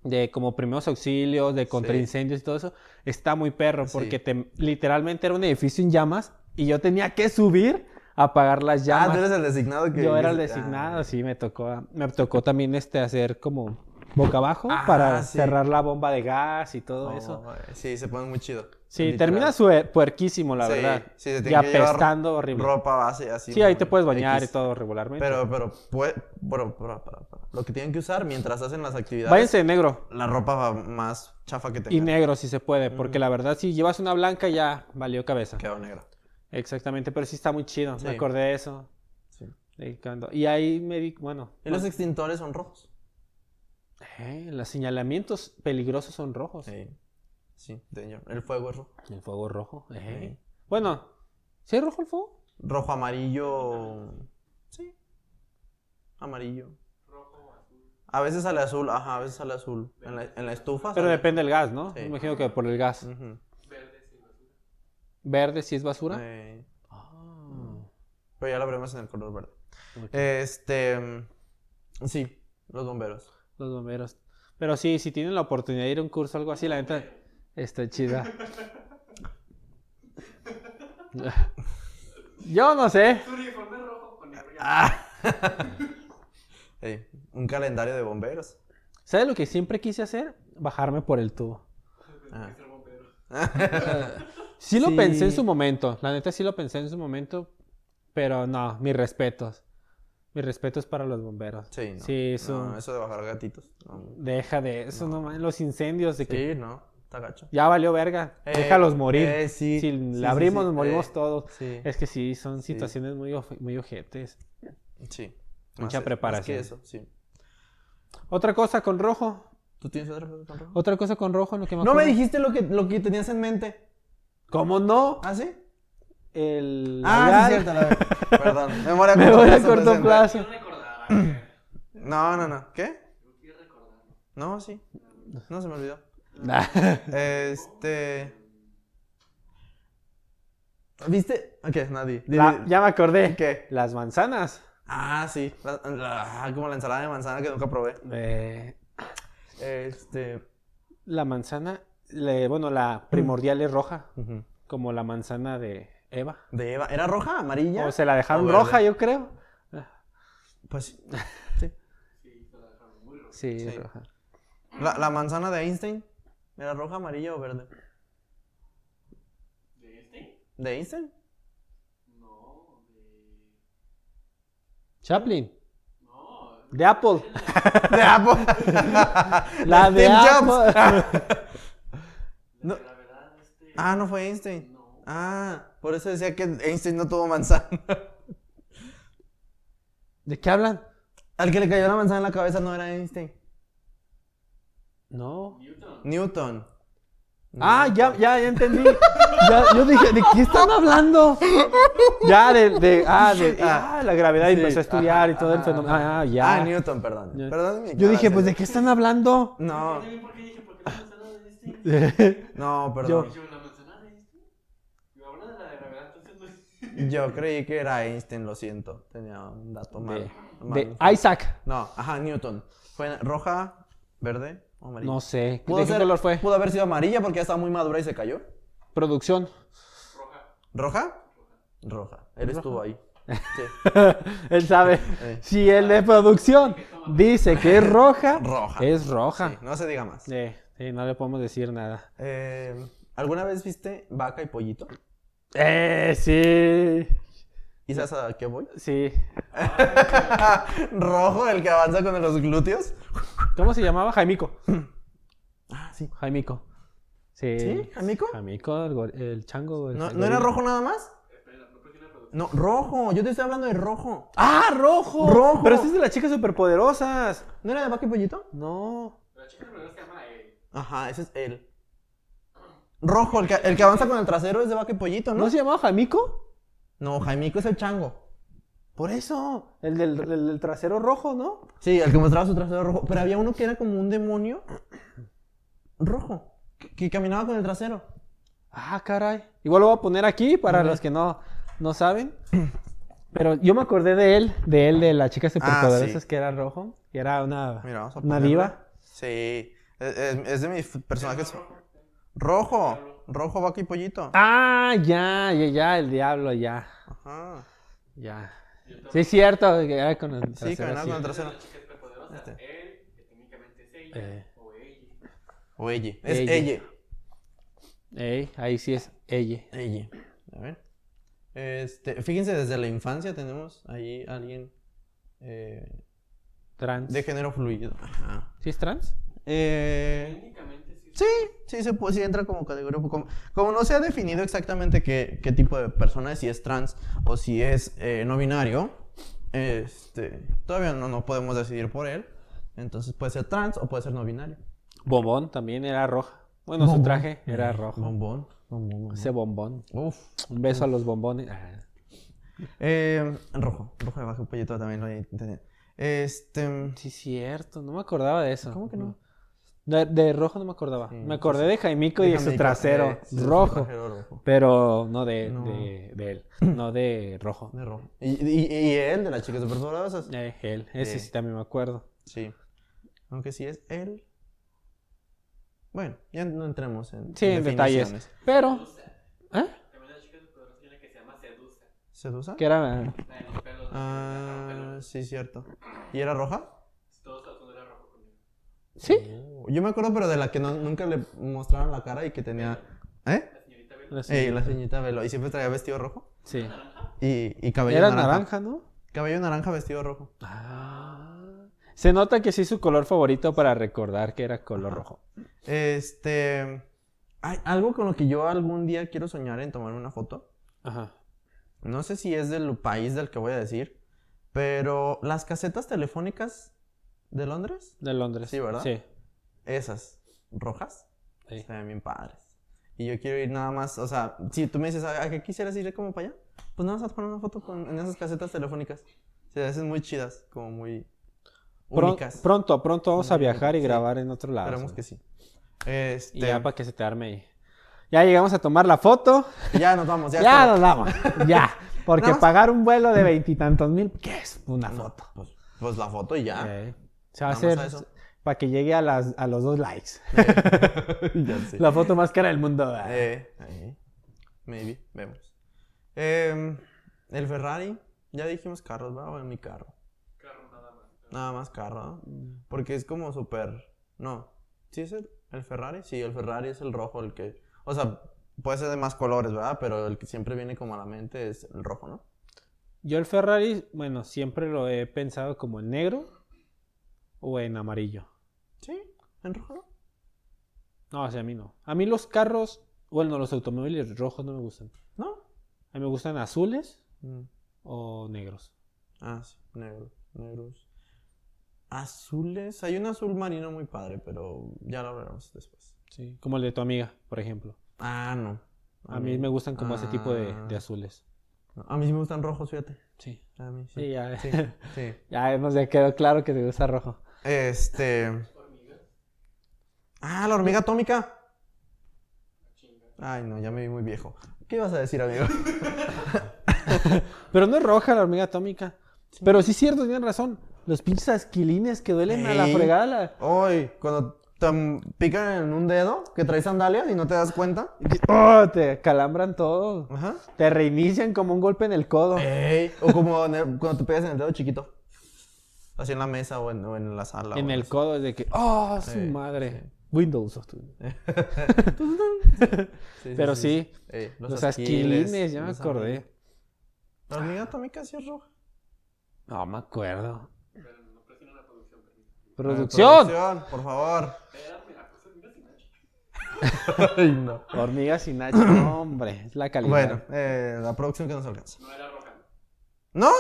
S1: de como primeros auxilios, de contra
S2: Sí.
S1: incendios y todo eso. Está muy perro,
S2: Sí.
S1: porque te- literalmente era un edificio en llamas y yo tenía que subir a apagar las llamas.
S2: Ah, tú eres el designado que.
S1: Yo era el
S2: dice-
S1: designado,
S2: Ah,
S1: sí, me tocó, me tocó también este hacer como boca abajo
S2: Ah,
S1: para
S2: sí.
S1: cerrar la bomba de gas y todo
S2: oh,
S1: eso.
S2: eh, Sí, se pone muy chido.
S1: Sí,
S2: Literal.
S1: termina suer- puerquísimo, la
S2: Sí,
S1: verdad.
S2: sí, se
S1: y
S2: tiene que llevar
S1: apestando horrible.
S2: Ropa base, así.
S1: Sí, ahí
S2: muy
S1: te puedes bañar
S2: X.
S1: y todo regularmente.
S2: Pero, pero, pues, pero, pero, pero, pero, lo que tienen que usar mientras hacen las actividades.
S1: Váyanse de negro.
S2: La ropa va más chafa que
S1: Y
S2: tengan.
S1: negro si se puede, porque la verdad si llevas una blanca ya valió cabeza.
S2: Quedó negra.
S1: Exactamente, pero sí está muy chido, me
S2: Sí.
S1: acordé de eso.
S2: Sí.
S1: de cuando- Y ahí me di, bueno,
S2: Y los extintores son rojos.
S1: eh, los señalamientos peligrosos son rojos.
S2: Sí. Sí, danger. El fuego es rojo.
S1: El fuego rojo. eh.
S2: Sí.
S1: Bueno, ¿sí es rojo el fuego?
S2: Rojo, amarillo. Sí. Amarillo. Rojo, azul. A veces sale azul, ajá, a veces sale azul. En la, en la estufa.
S1: Pero
S2: Ah, sale-
S1: depende del gas, ¿no?
S2: Sí. Mm.
S1: Me imagino que por el gas.
S2: Ujú.
S1: Verde si es basura.
S2: Eh, Mm.
S1: Ah.
S2: pero ya lo veremos en el color verde. Este. mm, Sí, los bomberos.
S1: Los bomberos. Pero sí, si tienen la oportunidad de ir a un curso o algo así, la neta está chida. Yo no sé.
S2: Eh, Ah. un calendario de bomberos.
S1: ¿Sabes lo que siempre quise hacer? Bajarme por el tubo.
S2: Ah.
S1: Sí lo
S2: Sí.
S1: pensé en su momento. La neta sí lo pensé en su momento. Pero no, mis respetos. Mis respetos para los bomberos.
S2: Sí, no.
S1: Sí, es
S2: No,
S1: un-
S2: eso de bajar gatitos. no.
S1: Deja de eso, no, man, Los incendios de que
S2: Sí, no. Está gacho.
S1: Ya valió verga.
S2: Eh,
S1: Déjalos morir.
S2: eh, sí,
S1: si
S2: sí, sí,
S1: la abrimos,
S2: sí,
S1: nos morimos
S2: eh,
S1: todos.
S2: Sí.
S1: Es que sí, son
S2: Sí.
S1: situaciones muy, of- muy ojetes.
S2: Sí.
S1: Mucha
S2: Más-
S1: preparación.
S2: Más que eso, sí.
S1: Otra cosa con rojo.
S2: ¿Tú tienes otra cosa, Rojo?
S1: Otra cosa con rojo en lo que me
S2: No me
S1: acuerdo.
S2: dijiste lo que, lo que tenías en mente.
S1: ¿Cómo no?
S2: ¿Ah, sí?
S1: El
S2: Ah, sí,
S1: labial.
S2: es cierto, la verdad. Perdón. Memoria a
S1: Me voy a
S2: presente.
S1: corto plazo.
S2: No, no, no. ¿Qué? No, sí. No se me olvidó. Este. ¿Viste? Ok, nadie.
S1: La- ya me acordé.
S2: ¿Qué?
S1: Las manzanas.
S2: Ah, sí. La- la- ah, como la ensalada de manzana que nunca probé.
S1: Eh,
S2: Este.
S1: la manzana, le- bueno, la
S2: Mm.
S1: primordial es roja, como la manzana de Eva.
S2: De Eva. ¿Era roja? ¿Amarilla?
S1: O se la dejaron
S2: O verde.
S1: roja, yo creo.
S2: Pues sí.
S1: Sí,
S2: Sí.
S1: roja.
S2: La, la manzana de Einstein. ¿Era roja, amarilla o verde? ¿De Einstein? ¿De Einstein?
S1: Chaplin. De Apple.
S2: De Apple.
S1: La de
S2: Steve Jobs.
S1: Apple.
S2: No. Ah, no fue Einstein. Ah, por eso decía que Einstein no tuvo manzana.
S1: ¿De qué hablan?
S2: Al que le cayó la manzana en la cabeza no era Einstein.
S1: No.
S2: Newton.
S1: Ah, ya, ya, ya entendí. Ya, yo dije, ¿de qué están hablando? Ya, de, de- ah, de, ah, la gravedad y
S2: Sí,
S1: empezó a estudiar y
S2: ajá,
S1: todo el
S2: ajá,
S1: fenómeno.
S2: ajá.
S1: Ah, ya.
S2: Ah, Newton, perdón.
S1: Ya.
S2: Perdón. mi
S1: yo dije,
S2: ignorancia.
S1: pues, ¿de qué están hablando?
S2: No,
S1: Yo,
S2: no, perdón. Yo, creí que era Einstein, lo siento. Tenía un dato mal.
S1: de,
S2: mal
S1: de
S2: informado.
S1: Isaac.
S2: No, ajá, Newton. ¿Fue roja, verde o amarilla?
S1: No sé.
S2: Pudo
S1: ¿De qué
S2: ser-
S1: color fue?
S2: Pudo haber sido amarilla porque ya estaba muy madura y se cayó.
S1: Producción.
S2: ¿Roja? Roja. Él
S1: Roja.
S2: estuvo ahí. Sí.
S1: él sabe.
S2: Eh.
S1: Si el de producción dice que es roja,
S2: Roja.
S1: es roja.
S2: Sí, no se diga más.
S1: Eh, eh, no le podemos decir nada.
S2: Eh, ¿Alguna vez viste vaca y pollito?
S1: Eh, sí.
S2: ¿Y sabes a qué voy?
S1: Sí.
S2: Rojo, el que avanza con los glúteos.
S1: ¿Cómo se llamaba? Jaimico.
S2: Ah, sí.
S1: Jaimico. Sí.
S2: ¿Sí? ¿Amigo?
S1: Jaimico, el, gor- el chango. el
S2: ¿No, ¿no
S1: gorila.
S2: era rojo nada más? No, rojo. Yo te estoy hablando de rojo.
S1: ¡Ah, rojo!
S2: Rojo.
S1: Pero ese es de las chicas superpoderosas.
S2: ¿No era de vaca y pollito?
S1: No.
S2: Ajá, ese es él. Rojo, el que, el que avanza con el trasero es de vaca y pollito, ¿no?
S1: ¿No se llamaba Jaimico?
S2: No, Jaimico es el chango.
S1: Por eso. El del, el del trasero rojo, ¿no?
S2: Sí, el que mostraba su trasero rojo. Pero había uno que era como un demonio rojo, que, que caminaba con el trasero.
S1: Ah, caray. Igual lo voy a poner aquí para
S2: Ujú.
S1: los que no, no saben. Pero yo me acordé de él, de él, de la chica superpoderosas
S2: sí.
S1: que era rojo. Que era una,
S2: Mira, vamos a
S1: una
S2: ponerle.
S1: diva.
S2: Sí, es, es- es de mis f- personajes. Rojo, rojo, vaca y pollito.
S1: Ah, ya, ya, ya, el diablo, ya.
S2: Ajá.
S1: Ya. Sí, es cierto. que Era con el
S2: Sí,
S1: trasero
S2: caminaba con el
S1: así.
S2: trasero. Este,
S1: Eh.
S2: O ella. Es
S1: Ella.
S2: ella.
S1: Ey, ahí sí es ella.
S2: Ella. A ver. Este, fíjense, desde la infancia tenemos ahí alguien eh,
S1: Trans.
S2: de género fluido. Ajá.
S1: ¿Sí es trans?
S2: Eh, sí, sí, se puede, sí entra como categoría. pues, Como, como no se ha definido exactamente qué, qué tipo de persona es, si es trans o si es eh, no binario, este, todavía no, no podemos decidir por él. Entonces puede ser trans o puede ser no binario.
S1: Bombón también era roja. Bueno, su
S2: Bombón.
S1: traje era rojo.
S2: Bombón. bombón, bombón.
S1: Ese bombón.
S2: Uf.
S1: Un beso a los bombones. Ah.
S2: Eh, rojo, rojo de bajo pollito también lo intenté. Este.
S1: Sí, cierto, no me acordaba de eso.
S2: ¿Cómo que no?
S1: De, de rojo no me acordaba.
S2: Sí,
S1: me acordé de Jaimico y de
S2: déjame
S1: su
S2: ir con-
S1: trasero
S2: eh, sí, su
S1: rojo,
S2: trasero rojo.
S1: pero no de,
S2: No.
S1: De, de él, no de rojo.
S2: De rojo. Y, y, y él, de las chicas superpoderosas.
S1: Eh, él, ese
S2: Sí.
S1: sí también me acuerdo.
S2: Sí. Aunque sí es él. Bueno, ya no entremos en,
S1: Sí, en detalles.
S2: definiciones.
S1: Pero, ¿eh?
S2: ¿Sedusa?
S1: Que era
S2: Ah, sí, cierto. ¿Y era roja?
S1: sí,
S2: Oh, Yo me acuerdo, pero de la que no- nunca le mostraron la cara y que tenía. ¿Eh?
S1: la
S2: Ey, Eh, la
S1: señorita.
S2: señorita Velo. Y siempre traía vestido rojo
S1: sí.
S2: y, y cabello
S1: Era
S2: naranja.
S1: naranja, ¿no?
S2: Cabello naranja, vestido rojo.
S1: Ah. Se nota que sí su color favorito para recordar que era color rojo.
S2: Este. Hay algo con lo que yo algún día quiero soñar en tomar una foto.
S1: Ajá.
S2: No sé si es del país del que voy a decir, pero las casetas telefónicas de Londres,
S1: De Londres.
S2: Sí, ¿verdad?
S1: Sí.
S2: esas rojas,
S1: sí.
S2: están bien padres. Y yo quiero ir nada más, o sea, si tú me dices, "Ah, ¿a, a qué quisieras ir como para allá? Pues nada más a poner una foto con, en esas casetas telefónicas. Se hacen muy chidas, como muy
S1: Pro-
S2: únicas.
S1: pronto, pronto vamos a
S2: Muy
S1: viajar y
S2: únicas, sí.
S1: grabar en otro lado.
S2: Esperemos que sí. Este,
S1: Y ya para que se te arme ahí. Ya llegamos a tomar la foto.
S2: ya nos vamos, ya.
S1: Ya,
S2: está.
S1: nos vamos. Ya. Porque
S2: Nada más.
S1: pagar un vuelo de veintitantos mil, ¿qué es? Una
S2: No,
S1: foto.
S2: Pues, pues la foto y ya.
S1: Eh, se va a
S2: nada
S1: hacer
S2: más a eso.
S1: para que llegue a, las, a los dos likes.
S2: ya sé.
S1: La foto más cara del mundo. ¿verdad?
S2: Eh, ahí. Maybe, vemos. Em, el Ferrari, ya dijimos carros, ¿verdad? O en mi carro. Carro, nada más. Nada más carro, ¿no? Porque es como súper. No. ¿Sí es el, el Ferrari? Sí, el Ferrari es el rojo, el que. O sea, puede ser de más colores, ¿verdad? Pero el que siempre viene como a la mente es el rojo, ¿no?
S1: Yo el Ferrari, bueno, siempre lo he pensado como en negro o en amarillo.
S2: Sí, en rojo, ¿no?
S1: No, o sea, a mí no. A mí los carros, bueno, los automóviles rojos no me gustan.
S2: ¿No?
S1: A mí me gustan azules
S2: Mm.
S1: o negros.
S2: Ah, sí, negro, negros. Azules. Hay un azul marino muy padre, pero ya lo veremos después.
S1: Sí. Como el de tu amiga, por ejemplo.
S2: Ah, no.
S1: A mí me gustan como ese tipo de, de
S2: Ah.
S1: azules.
S2: A mí sí me gustan rojos, fíjate.
S1: Sí.
S2: A mí
S1: Sí,
S2: sí.
S1: ya.
S2: Sí, sí.
S1: ya hemos ya quedó claro que te gusta rojo.
S2: Este. Ah, la hormiga atómica. Ay, no, ya me vi muy viejo. ¿Qué ibas a decir, amigo?
S1: Pero no es roja la hormiga atómica. Pero sí es cierto, tienen razón. Los pinches asquilines que duelen a la
S2: Ey.
S1: fregada. la-
S2: Hoy, cuando te m- pican en un dedo, que traes sandalias y no te das cuenta.
S1: Oh, te calambran todo.
S2: Ajá.
S1: Te reinician como un golpe en el codo.
S2: Ey, O como en el- cuando te pegas en el dedo chiquito. Así en la mesa o en, o en la sala.
S1: en
S2: o
S1: el
S2: así.
S1: codo es de que, oh, su
S2: Sí,
S1: madre. Windows. o tú.
S2: Sí,
S1: Pero sí,
S2: Ey,
S1: los, asquilines, ya me
S2: los
S1: acordé.
S2: asquiles. La hormiga atómica sí es roja.
S1: No me acuerdo.
S2: Eh,
S1: Producción.
S2: Producción, por favor. Ay, no.
S1: Hormigas sin H. No, hombre, es la calidad.
S2: Bueno, eh, la producción que nos alcanza. No era roja. ¿No?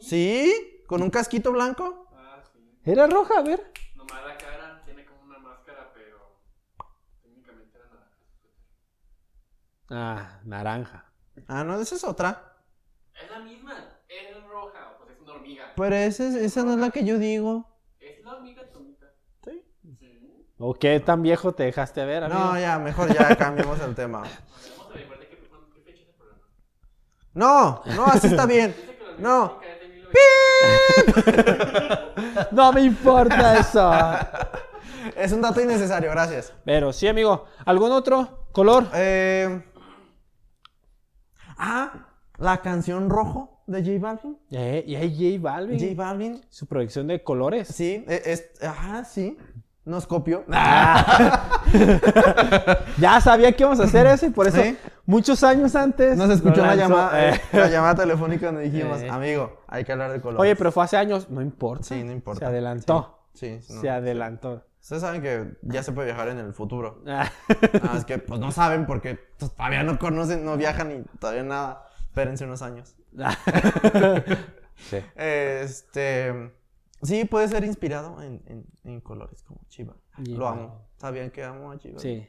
S2: Sí, con un casquito blanco.
S3: Ah, sí.
S1: Era roja, a ver.
S3: Nomás la cara tiene como una máscara, pero técnicamente era nada.
S1: Ah, naranja.
S2: Ah, no, esa es otra.
S3: Es la misma, es roja, pues es una hormiga.
S2: Pero esa, es- esa no es la que yo digo.
S3: Es la hormiga atómica.
S2: ¿Sí?
S3: Sí.
S1: ¿O qué tan viejo te dejaste ver, amigo?
S2: No, ya, mejor ya cambiemos el tema.
S3: Vamos a ver, ¿verdad? ¿Qué, cuándo- qué fecha es el programa?
S2: No, no, así está bien.
S3: Dice que la hormiga
S2: No.
S3: atómica es de 1900.
S1: No me importa eso.
S2: Es un dato innecesario, gracias.
S1: Pero sí, amigo. ¿Algún otro color?
S2: Eh, ah, la canción rojo de J Balvin.
S1: Eh, y hay J Balvin.
S2: J Balvin
S1: Su proyección de colores.
S2: Sí, e- es, ajá, sí. Nos copió.
S1: Ya sabía que íbamos a hacer eso y por eso
S2: Sí.
S1: muchos años antes.
S2: Nos escuchó
S1: lo
S2: la
S1: lanzó.
S2: llamada,
S1: Eh.
S2: la llamada telefónica donde dijimos,
S1: Eh.
S2: amigo, hay que hablar de colores.
S1: Oye, pero fue hace años. No importa.
S2: Sí, no importa.
S1: Se adelantó.
S2: Sí, sí, no.
S1: Se adelantó.
S2: Ustedes saben que ya se puede viajar en el futuro.
S1: Ah,
S2: Ah, es que pues no saben porque pues, todavía no conocen, no viajan y todavía nada. Espérense unos años. Este, sí, puede ser inspirado en, en- en colores como Chiva.
S1: Y-
S2: Lo amo. ¿Sabían que amo a Chiva?
S1: Sí.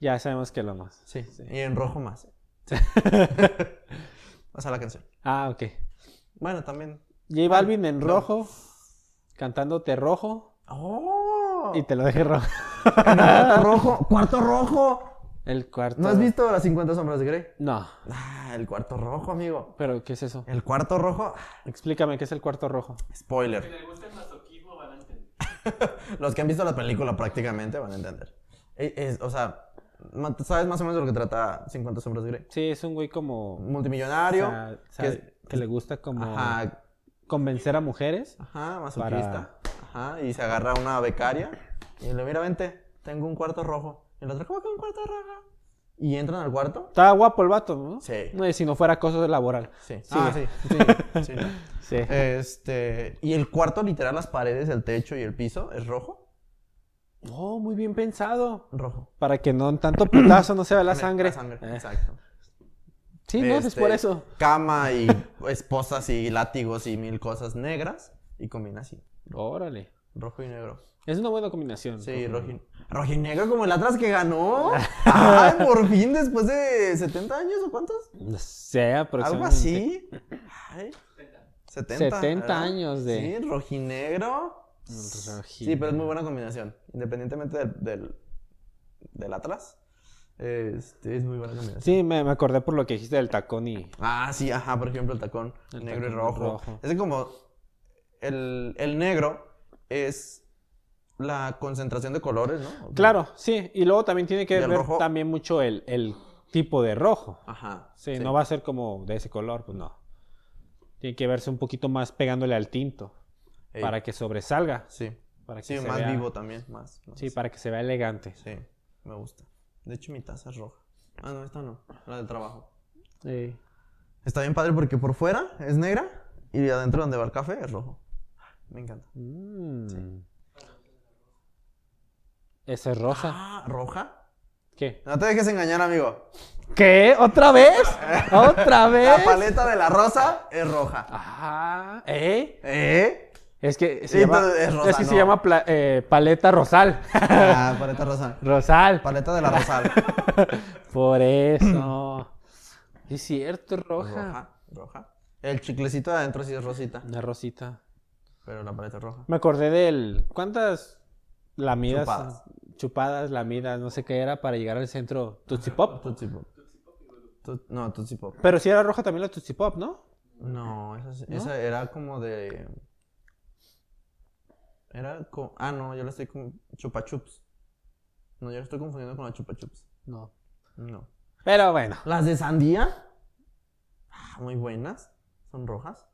S1: Ya sabemos que lo amas.
S2: Sí, Y en rojo más. o sea, la canción.
S1: Ah, ok.
S2: Bueno, también.
S1: J Balvin en rojo, cantándote rojo
S2: ¡Oh!
S1: y te lo dejé rojo.
S2: cuarto rojo, cuarto rojo.
S1: El cuarto.
S2: ¿No has visto las 50 sombras de Grey?
S1: No.
S2: Ah, el cuarto rojo, amigo.
S1: ¿Pero qué es eso?
S2: El cuarto rojo, ah,
S1: Explícame qué es el cuarto rojo.
S3: Si
S2: spoiler.
S3: les gusta el masoquismo, van a entender.
S2: Los que han visto la película prácticamente van a entender. E- es- o sea, ma- ¿sabes más o menos de lo que trata 50 sombras de Grey?
S1: Sí, es un güey como.
S2: Multimillonario.
S1: sa- sa-
S2: que
S1: que,
S2: es-
S1: le gusta como
S2: Ajá,
S1: convencer a mujeres.
S2: ajá, masoquista. Ajá, y se agarra a una becaria y le mira, vente, tengo un cuarto rojo. Y el otro, ¿cómo que un cuarto rojo? Y entran al cuarto.
S1: Estaba guapo el vato, ¿no?
S2: Sí.
S1: No, y si no fuera acoso laboral.
S2: Sí.
S1: Sigue.
S2: Ah, sí. Sí. sí, no.
S1: Sí.
S2: Este, y el cuarto, literal, las paredes, el techo y el piso es rojo.
S1: Oh, muy bien pensado.
S2: Rojo.
S1: Para que no en tanto putazo no se vea la sangre. Eh,
S2: Exacto.
S1: Sí, no, es
S2: Este,
S1: por eso.
S2: Cama y esposas y látigos y mil cosas negras. Y combina así.
S1: Órale.
S2: Rojo y negro.
S1: Es una buena combinación.
S2: Sí, rojo y Rojinegro como el Atlas que ganó. Ay, por fin, después de 70 años o cuántos.
S1: No sé,
S2: Algo
S1: aproximadamente.
S2: así. Ay, 70.
S1: 70
S2: ¿verdad?
S1: años de-
S2: Sí, rojinegro.
S1: Roji-
S2: Sí, pero es muy buena combinación. Independientemente del, del, del Atlas. Este, es muy buena combinación.
S1: Sí, me, me acordé por lo que dijiste del tacón y.
S2: Ah, sí, ajá, por ejemplo, el tacón
S1: El
S2: negro y
S1: tacón
S2: rojo.
S1: rojo.
S2: Es que como el, el negro es la concentración de colores, ¿no?
S1: Claro, sí. Y luego también tiene que
S2: ¿Y el
S1: ver
S2: rojo?
S1: también mucho el, el tipo de rojo.
S2: Ajá.
S1: Sí, no va a ser como de ese color, pues no. Tiene que verse un poquito más pegándole al tinto.
S2: Ey,
S1: Para que sobresalga.
S2: Sí.
S1: Para que
S2: Sí,
S1: se
S2: más
S1: vea-
S2: vivo también, más. más.
S1: Sí, para que se vea elegante.
S2: Sí, me gusta. De hecho, mi taza es roja. Ah, no, esta no, la del trabajo.
S1: Sí.
S2: Está bien padre porque por fuera es negra y adentro donde va el café es rojo. Me encanta.
S1: Mm. Esa es rosa.
S2: Ah, ¿roja?
S1: ¿Qué?
S2: No te dejes engañar, amigo.
S1: ¿Qué? ¿Otra vez? ¿Otra vez?
S2: La paleta de la rosa es roja.
S1: Ajá. ¿Eh?
S2: ¿Eh?
S1: Es que se
S2: Sí,
S1: llama,
S2: pero es rosa,
S1: es que se
S2: no.
S1: llama pla- eh, paleta rosal.
S2: Ah, paleta rosa.
S1: rosal.
S2: Paleta de la rosal.
S1: Por eso. Sí, Es cierto, es roja.
S2: Roja, roja. El chiclecito de adentro sí es rosita,
S1: Una rosita.
S2: pero la paleta es roja.
S1: Me acordé del. ¿Cuántas lamidas?
S2: Chupadas.
S1: chupadas, lamidas, no sé qué era para llegar al centro Tootsie Pop.
S2: Tootsie Pop. Tut- no, Tootsie Pop.
S1: Pero sí era roja también la Tootsie Pop, ¿no?
S2: No, esa, sí-
S1: ¿No?
S2: esa era como de. Era como. Ah, no, yo la estoy con Chupa Chups. No, yo la estoy confundiendo con la Chupa Chups.
S1: No.
S2: No.
S1: Pero bueno.
S2: Las de sandía. ah, muy buenas. Son rojas.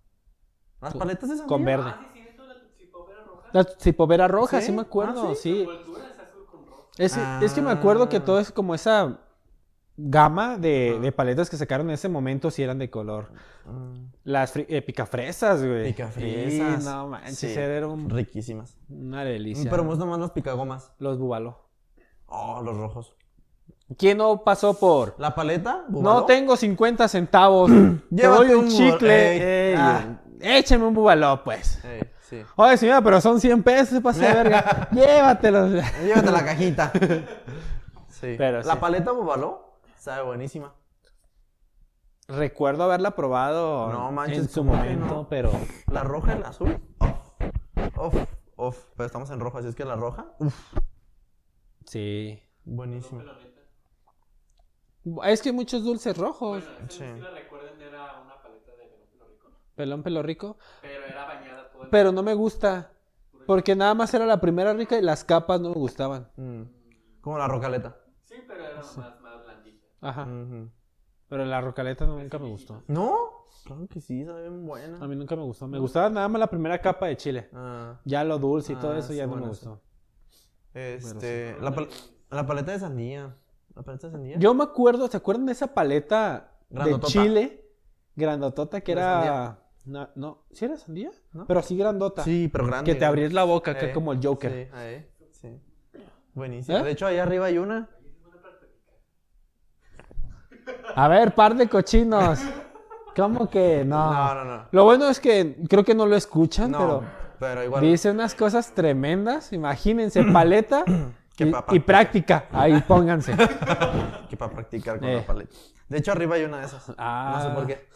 S2: Las
S1: Con-
S2: paletas de sandía.
S1: Con verde.
S3: Ah, sí, cierto, la tuxipopera roja.
S1: La Tootsie Pop era roja, sí,
S2: ¿Sí?
S1: me acuerdo,
S2: Ah,
S1: sí.
S3: envoltura es azul con rojo.
S1: Es, es que me acuerdo que todo es como esa gama de,
S2: Ajá.
S1: de paletas que sacaron en ese momento si eran de color.
S2: Mm,
S1: Las fri- eh, picafresas, güey.
S2: Picafresas.
S1: Sí, no manches,
S2: Sí.
S1: era un-
S2: riquísimas.
S1: una
S2: Mm,
S1: delicia.
S2: Pero me gustan más los picagomas.
S1: Los bubaló.
S2: Oh, los rojos.
S1: ¿Quién no pasó por?
S2: La paleta.
S1: No
S2: Búbalo.
S1: tengo 50 centavos. Te
S2: Llévate
S1: doy un
S2: un bu-
S1: chicle.
S2: Ey.
S1: Ey,
S2: Ah.
S1: Échame un bubaló, pues.
S2: Eh, sí.
S1: Oye, señora, pero son 100 pesos, pasa de verga. Llévatelos.
S2: Llévate la cajita. Sí.
S1: Pero
S2: la
S1: sí.
S2: paleta Búbalo sabe buenísima.
S1: Recuerdo haberla probado
S2: No manches,
S1: en su
S2: ¿cómo que
S1: momento,
S2: no?
S1: pero
S2: La roja y la azul. Off. Off. Off. Pero estamos en rojo, así es que la roja. Uf.
S1: sí.
S2: Buenísimo.
S3: La neta.
S1: Es que hay muchos dulces rojos.
S3: Bueno, esa
S2: Sí.
S3: sí. la recuerden, era una paleta de Perón Pelo Rico.
S1: Pelón, pelo rico.
S3: Pero era bañada toda en
S1: Pero no me gusta. Porque nada más era la primera rica y las capas no me gustaban.
S2: Mm. Como la rocaleta.
S3: Sí, pero era más, más blandita.
S1: Ajá.
S2: Ujú.
S1: Pero la rocaleta nunca me gustó.
S2: ¿No? Claro que sí, sabe bien
S1: A
S2: buena.
S1: mí nunca me gustó. Me gustaba nada más la primera capa de chile.
S2: Ah,
S1: Ya lo dulce y todo
S2: Ah,
S1: eso
S2: sí,
S1: ya no
S2: bueno,
S1: me
S2: sí.
S1: gustó.
S2: este. La, pal- la paleta de sandía. La paleta de sandía.
S1: Yo me acuerdo, ¿se acuerdan de esa paleta de
S2: Grandotota.
S1: chile? Grandotota que
S2: ¿De
S1: era. No, no, ¿sí era sandía?
S2: ¿No?
S1: Pero sí grandota.
S2: Sí, pero grande.
S1: que te abrías la boca, que
S2: Eh,
S1: como el Joker.
S2: Sí, ahí. Sí. Buenísimo.
S1: ¿Eh?
S2: De hecho, ahí arriba hay una.
S1: A ver, par de cochinos. ¿Cómo que no?
S2: No, no, no.
S1: Lo bueno es que creo que no lo escuchan,
S2: No,
S1: pero
S2: pero igual.
S1: dice unas cosas tremendas. Imagínense, paleta
S2: Que
S1: y,
S2: pa'
S1: y práctica. Ahí pónganse.
S2: Que para practicar con
S1: Eh.
S2: la paleta. De hecho, arriba hay una de esas.
S1: Ah.
S2: No sé por qué.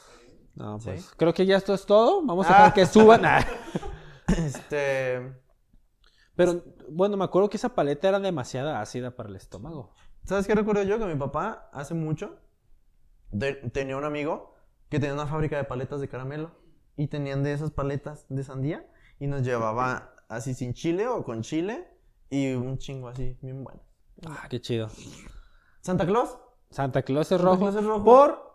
S1: No,
S2: Sí.
S1: pues, Creo que ya esto es todo. Vamos a dejar que suban. Ah.
S2: Este.
S1: Pero bueno, me acuerdo que esa paleta era demasiado ácida para el estómago.
S2: ¿Sabes qué recuerdo yo? Que mi papá hace mucho de- tenía un amigo que tenía una fábrica de paletas de caramelo y tenían de esas paletas de sandía y nos llevaba así sin chile o con chile y un chingo así, bien bueno.
S1: Ah, qué chido.
S2: Santa Claus,
S1: Santa Claus es
S2: Santa
S1: rojo,
S2: Claus es rojo.
S1: por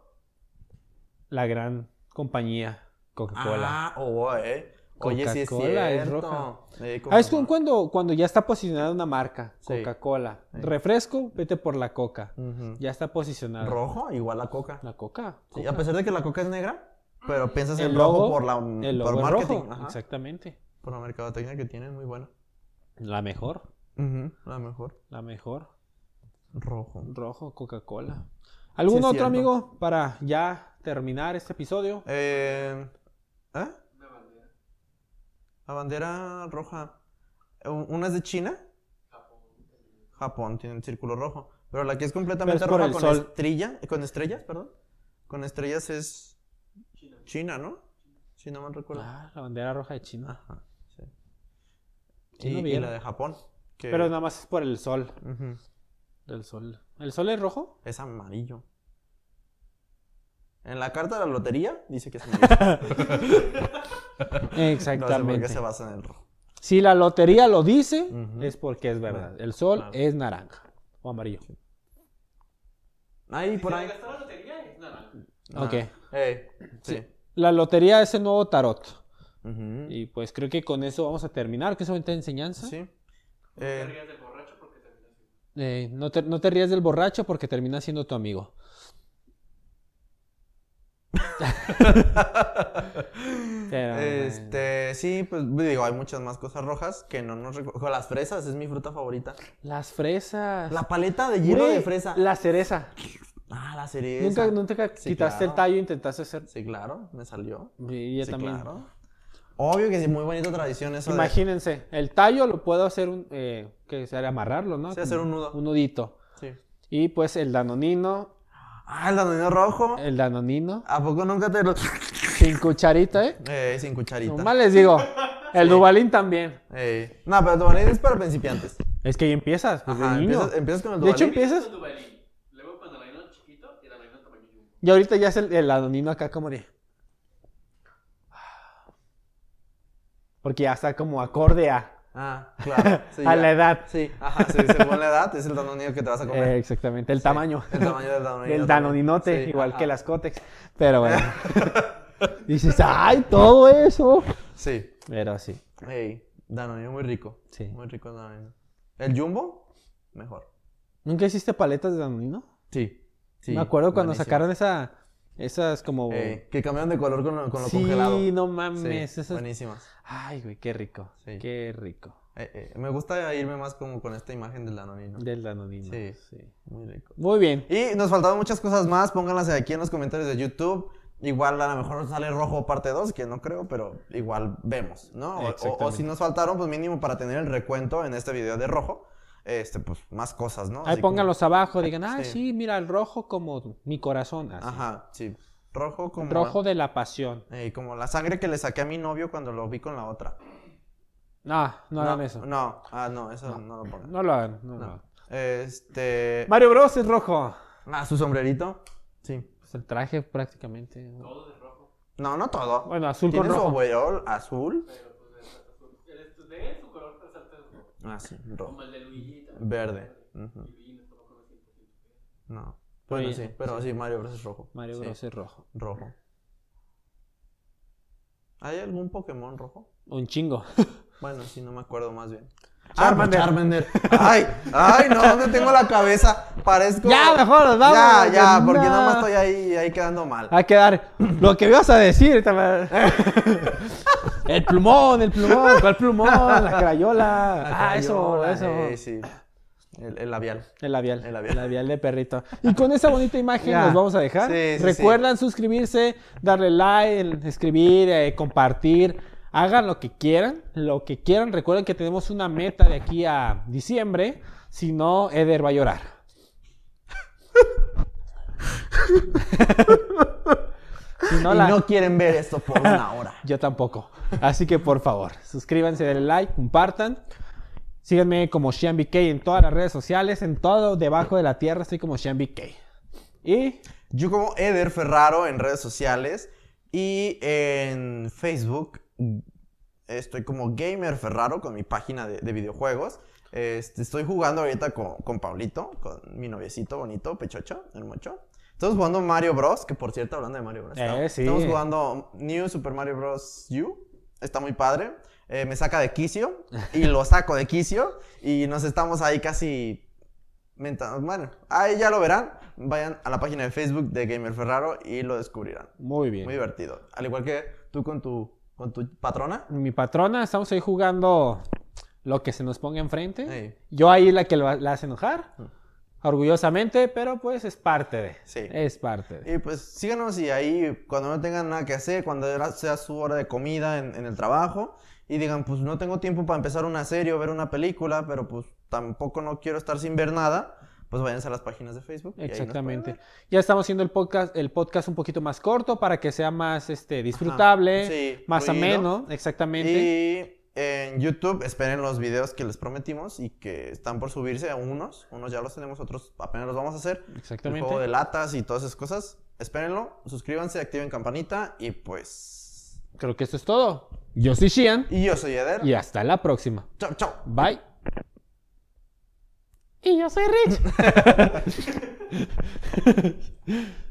S1: la gran compañía Coca-Cola.
S2: Ah, oh, eh. Oye, sí es
S1: Coca-Cola es
S2: cierto. Eh,
S1: Ah, es con-
S2: Coca-Cola.
S1: cuando, cuando ya está posicionada una marca,
S2: Sí.
S1: Coca-Cola.
S2: Sí.
S1: Refresco, vete por la coca.
S2: Ujú.
S1: Ya está posicionada.
S2: Rojo, igual la coca.
S1: La coca.
S2: Sí,
S1: coca. Mm.
S2: a pesar de que la coca es negra, pero piensas
S1: El
S2: en
S1: logo-
S2: rojo por la
S1: El
S2: por
S1: logo es
S2: marketing,
S1: rojo,
S2: ajá,
S1: exactamente.
S2: por la mercadotecnia que tienen, muy buena.
S1: La mejor.
S2: Ujú, a lo mejor.
S1: La mejor.
S2: Rojo.
S1: Rojo, Coca-Cola. ¿Algún
S2: Sí, es
S1: otro
S2: cierto.
S1: amigo para ya terminar este episodio?
S2: Eh, ¿Eh?
S3: Una bandera.
S2: La bandera roja. Eh, u- Una es de China. Japón tiene el círculo rojo. Pero la que es completamente
S1: Pero es por
S2: roja
S1: el
S2: con
S1: sol.
S2: estrella. Con estrellas, perdón. Con estrellas es
S3: China.
S2: China, ¿no? Si no me recuerdo.
S1: Ah, la bandera roja de China.
S2: Ajá, sí.
S1: Sí,
S2: Y,
S1: no
S2: y
S1: vieron.
S2: la de Japón. que-
S1: Pero nada más es por el sol.
S2: Ujú,
S1: El sol. ¿El sol es rojo?
S2: Es amarillo. En la carta de la lotería dice que es amarillo. No sé por
S1: Exactamente.
S2: qué se basa en el rojo.
S1: Si la lotería lo dice,
S2: Ujú.
S1: es porque es verdad. El sol
S2: Claro.
S1: es naranja o amarillo.
S2: Ahí por
S3: Si
S2: ahí.
S3: gastó la lotería es naranja.
S2: Ajá.
S1: Ah. Ok.
S2: Ey, sí.
S1: La lotería es el nuevo tarot.
S2: Ujú.
S1: Y pues creo que con eso vamos a terminar, que es bonita enseñanza.
S2: Sí.
S3: No te
S2: Eh,
S3: rías del borracho porque terminas igual.
S1: Eh, no, te, no te rías del borracho porque termina siendo tu amigo. Pero,
S2: este, sí, pues digo, hay muchas más cosas rojas que no nos recuerdo. Las fresas es mi fruta favorita.
S1: Las fresas.
S2: La paleta de hielo de
S1: Güey,
S2: fresa.
S1: La cereza.
S2: Ah, la cereza.
S1: Nunca, nunca
S2: Sí,
S1: quitaste
S2: claro.
S1: el tallo e intentaste hacer.
S2: Sí, claro, me salió.
S1: Y yo
S2: Sí,
S1: también. Pues
S2: claro. Obvio que sí, muy bonita tradición eso
S1: Imagínense, el tallo lo puedo hacer un. Eh, que sea amarrarlo, ¿no?
S2: Sí, hacer
S1: Como
S2: un nudo.
S1: Un nudito.
S2: de... Sí.
S1: Y pues el danonino.
S2: Ah, el danonino rojo.
S1: El danonino.
S2: ¿A poco nunca te lo...?
S1: Sin cucharita, ¿eh?
S2: Eh, sin cucharita.
S1: Nomás les digo. El Dubalín también.
S2: Eh, No, pero Duvalín es para principiantes.
S1: Es que ahí empiezas. pues, de
S2: Ajá,
S1: niño.
S2: empiezas, empiezas con el
S1: De hecho,
S2: Duvalín.
S1: empiezas.
S3: Con Duvalín. Luego cuando la vino chiquito y la vino tamaño jumbo.
S1: Y ahorita ya es el, el anonino acá como de. Porque ya está como acorde a,
S2: Ah, claro. sí,
S1: a
S2: ya.
S1: la edad.
S2: Sí, ajá, sí, según la edad es el danonino que te vas a
S1: Eh,
S2: comer.
S1: exactamente, el
S2: Sí,
S1: tamaño.
S2: El tamaño del danonino.
S1: El
S2: también.
S1: danoninote,
S2: Sí,
S1: igual
S2: ajá.
S1: que las cótex. Pero bueno. Dices, ¡ay, todo eso!
S2: Sí.
S1: Pero sí.
S2: Ey, danonino muy rico.
S1: Sí.
S2: Muy rico el danonino. ¿El jumbo? Mejor.
S1: ¿Nunca hiciste paletas de danonino?
S2: Sí. sí
S1: Me acuerdo cuando
S2: buenísimo.
S1: sacaron esa, esas como.
S2: Ey, que cambiaron de color con lo, con lo
S1: sí,
S2: congelado.
S1: no
S2: Sí,
S1: mames. esas-
S2: buenísimas.
S1: Ay, güey, qué rico.
S2: Sí.
S1: Qué rico.
S2: Eh, eh, me gusta irme más como con esta imagen del danonino.
S1: Del danonino.
S2: Sí.
S1: sí.
S2: Muy rico.
S1: Muy bien.
S2: Y nos faltaron muchas cosas más, pónganlas aquí en los comentarios de YouTube. Igual a lo mejor sale rojo parte 2, que no creo, pero igual vemos, ¿no? O- O, o
S1: Exactamente.
S2: si nos faltaron, pues mínimo para tener el recuento en este video de rojo, este, pues más cosas, ¿no?
S1: Ahí
S2: Así como-
S1: pónganlos abajo, digan, ah,
S2: Sí.
S1: sí. mira, el rojo como mi corazón. así.
S2: Ajá, sí. Rojo como...
S1: Rojo de la pasión.
S2: eh, como la sangre que le saqué a mi novio cuando lo vi con la otra.
S1: No, no hagan eso. No,
S2: No, ah, no, eso no, lo pongan.
S1: lo hagan. no lo
S2: No.
S1: hagan.
S2: Este...
S1: Mario Bros es rojo.
S2: Ah, su sombrerito. Sí.
S1: Pues el traje prácticamente.
S3: Todo de rojo.
S2: No, no todo.
S1: Bueno, azul con
S2: Tiene su
S1: rojo.
S2: overall azul.
S3: Pero pues de salta azul. El estu- de él, su color resalta es rojo.
S2: Ah, sí, rojo.
S3: Como el de Luigi también.
S2: Verde.
S3: Y
S2: Ujú.
S3: Luigi no estaba con el 100%.
S2: No. Bueno,
S1: Oye,
S2: sí, pero sí, Mario Bros es rojo.
S1: Mario
S2: Sí,
S1: Bros es rojo.
S2: Rojo. ¿Hay algún Pokémon rojo?
S1: Un chingo.
S2: Bueno, sí, no me acuerdo más bien.
S1: Charmander.
S2: Ah, Charmander. Ay, ay, no, ¿dónde tengo la cabeza? Parezco.
S1: ya, mejor nos vamos.
S2: Ya, ya, porque
S1: no.
S2: nada más estoy ahí, ahí quedando mal.
S1: A quedar. Lo que ibas a decir. te va- el plumón, el plumón. ¿Cuál plumón? La crayola. ah, eso,
S2: Crayola,
S1: eso.
S2: eh, sí. El, el labial.
S1: El labial.
S2: El
S1: El
S2: labial.
S1: labial. de perrito. Y con esa bonita imagen
S2: Ya.
S1: nos vamos a dejar.
S2: Sí, sí,
S1: Recuerdan suscribirse, darle like, el- escribir, eh, compartir. Hagan lo que quieran, lo que quieran. Recuerden que tenemos una meta de aquí a diciembre. Si no, Eder va a llorar. si no,
S2: y
S1: la...
S2: no quieren ver esto por una hora.
S1: Yo tampoco. Así que por favor, suscríbanse, denle like, compartan. Síganme como ShianBK en todas las redes sociales, en todo debajo de la tierra estoy como ShianBK. Y
S2: Yo como Eder Ferraro en redes sociales y en Facebook estoy como Gamer Ferraro con mi página de, de videojuegos. Este, estoy jugando ahorita con, con Paulito, con mi noviecito bonito, Pechocho, el mocho. Estamos jugando Mario Bros, que por cierto, hablando de Mario Bros.
S1: Eh,
S2: estamos-
S1: sí.
S2: Estamos jugando New Super Mario Bros. U. Está muy padre. Eh, me saca de quicio y lo saco de quicio y nos estamos ahí casi Menta- bueno, ahí ya lo verán. Vayan a la página de Facebook de Gamer Ferraro y lo descubrirán.
S1: muy bien.
S2: Muy divertido. Al igual que tú con tu, con tu patrona.
S1: Mi patrona, estamos ahí jugando lo que se nos ponga enfrente.
S2: Ey.
S1: Yo ahí la que lo- la hace enojar,
S2: Mm.
S1: orgullosamente, pero pues es parte de.
S2: Sí.
S1: Es parte de.
S2: Y pues síganos y ahí cuando no tengan nada que hacer, cuando era- sea su hora de comida en, en el trabajo y digan, pues no tengo tiempo para empezar una serie o ver una película, pero pues tampoco no quiero estar sin ver nada, pues váyanse a las páginas de Facebook. y ahí nos pueden
S1: Exactamente.
S2: ver.
S1: Ya estamos haciendo el podcast, el podcast un poquito más corto para que sea más este, disfrutable,
S2: Sí,
S1: más
S2: fluido.
S1: ameno, exactamente.
S2: Y en YouTube esperen los videos que les prometimos y que están por subirse a unos, unos ya los tenemos, otros apenas los vamos a hacer. El
S1: exactamente.
S2: juego de latas y todas esas cosas. Espérenlo, suscríbanse, activen campanita y pues
S1: Creo que esto es todo. Yo soy Shian
S2: Y yo soy Eder.
S1: y hasta la próxima.
S2: Chao, chao.
S1: Bye. Y yo soy Rich.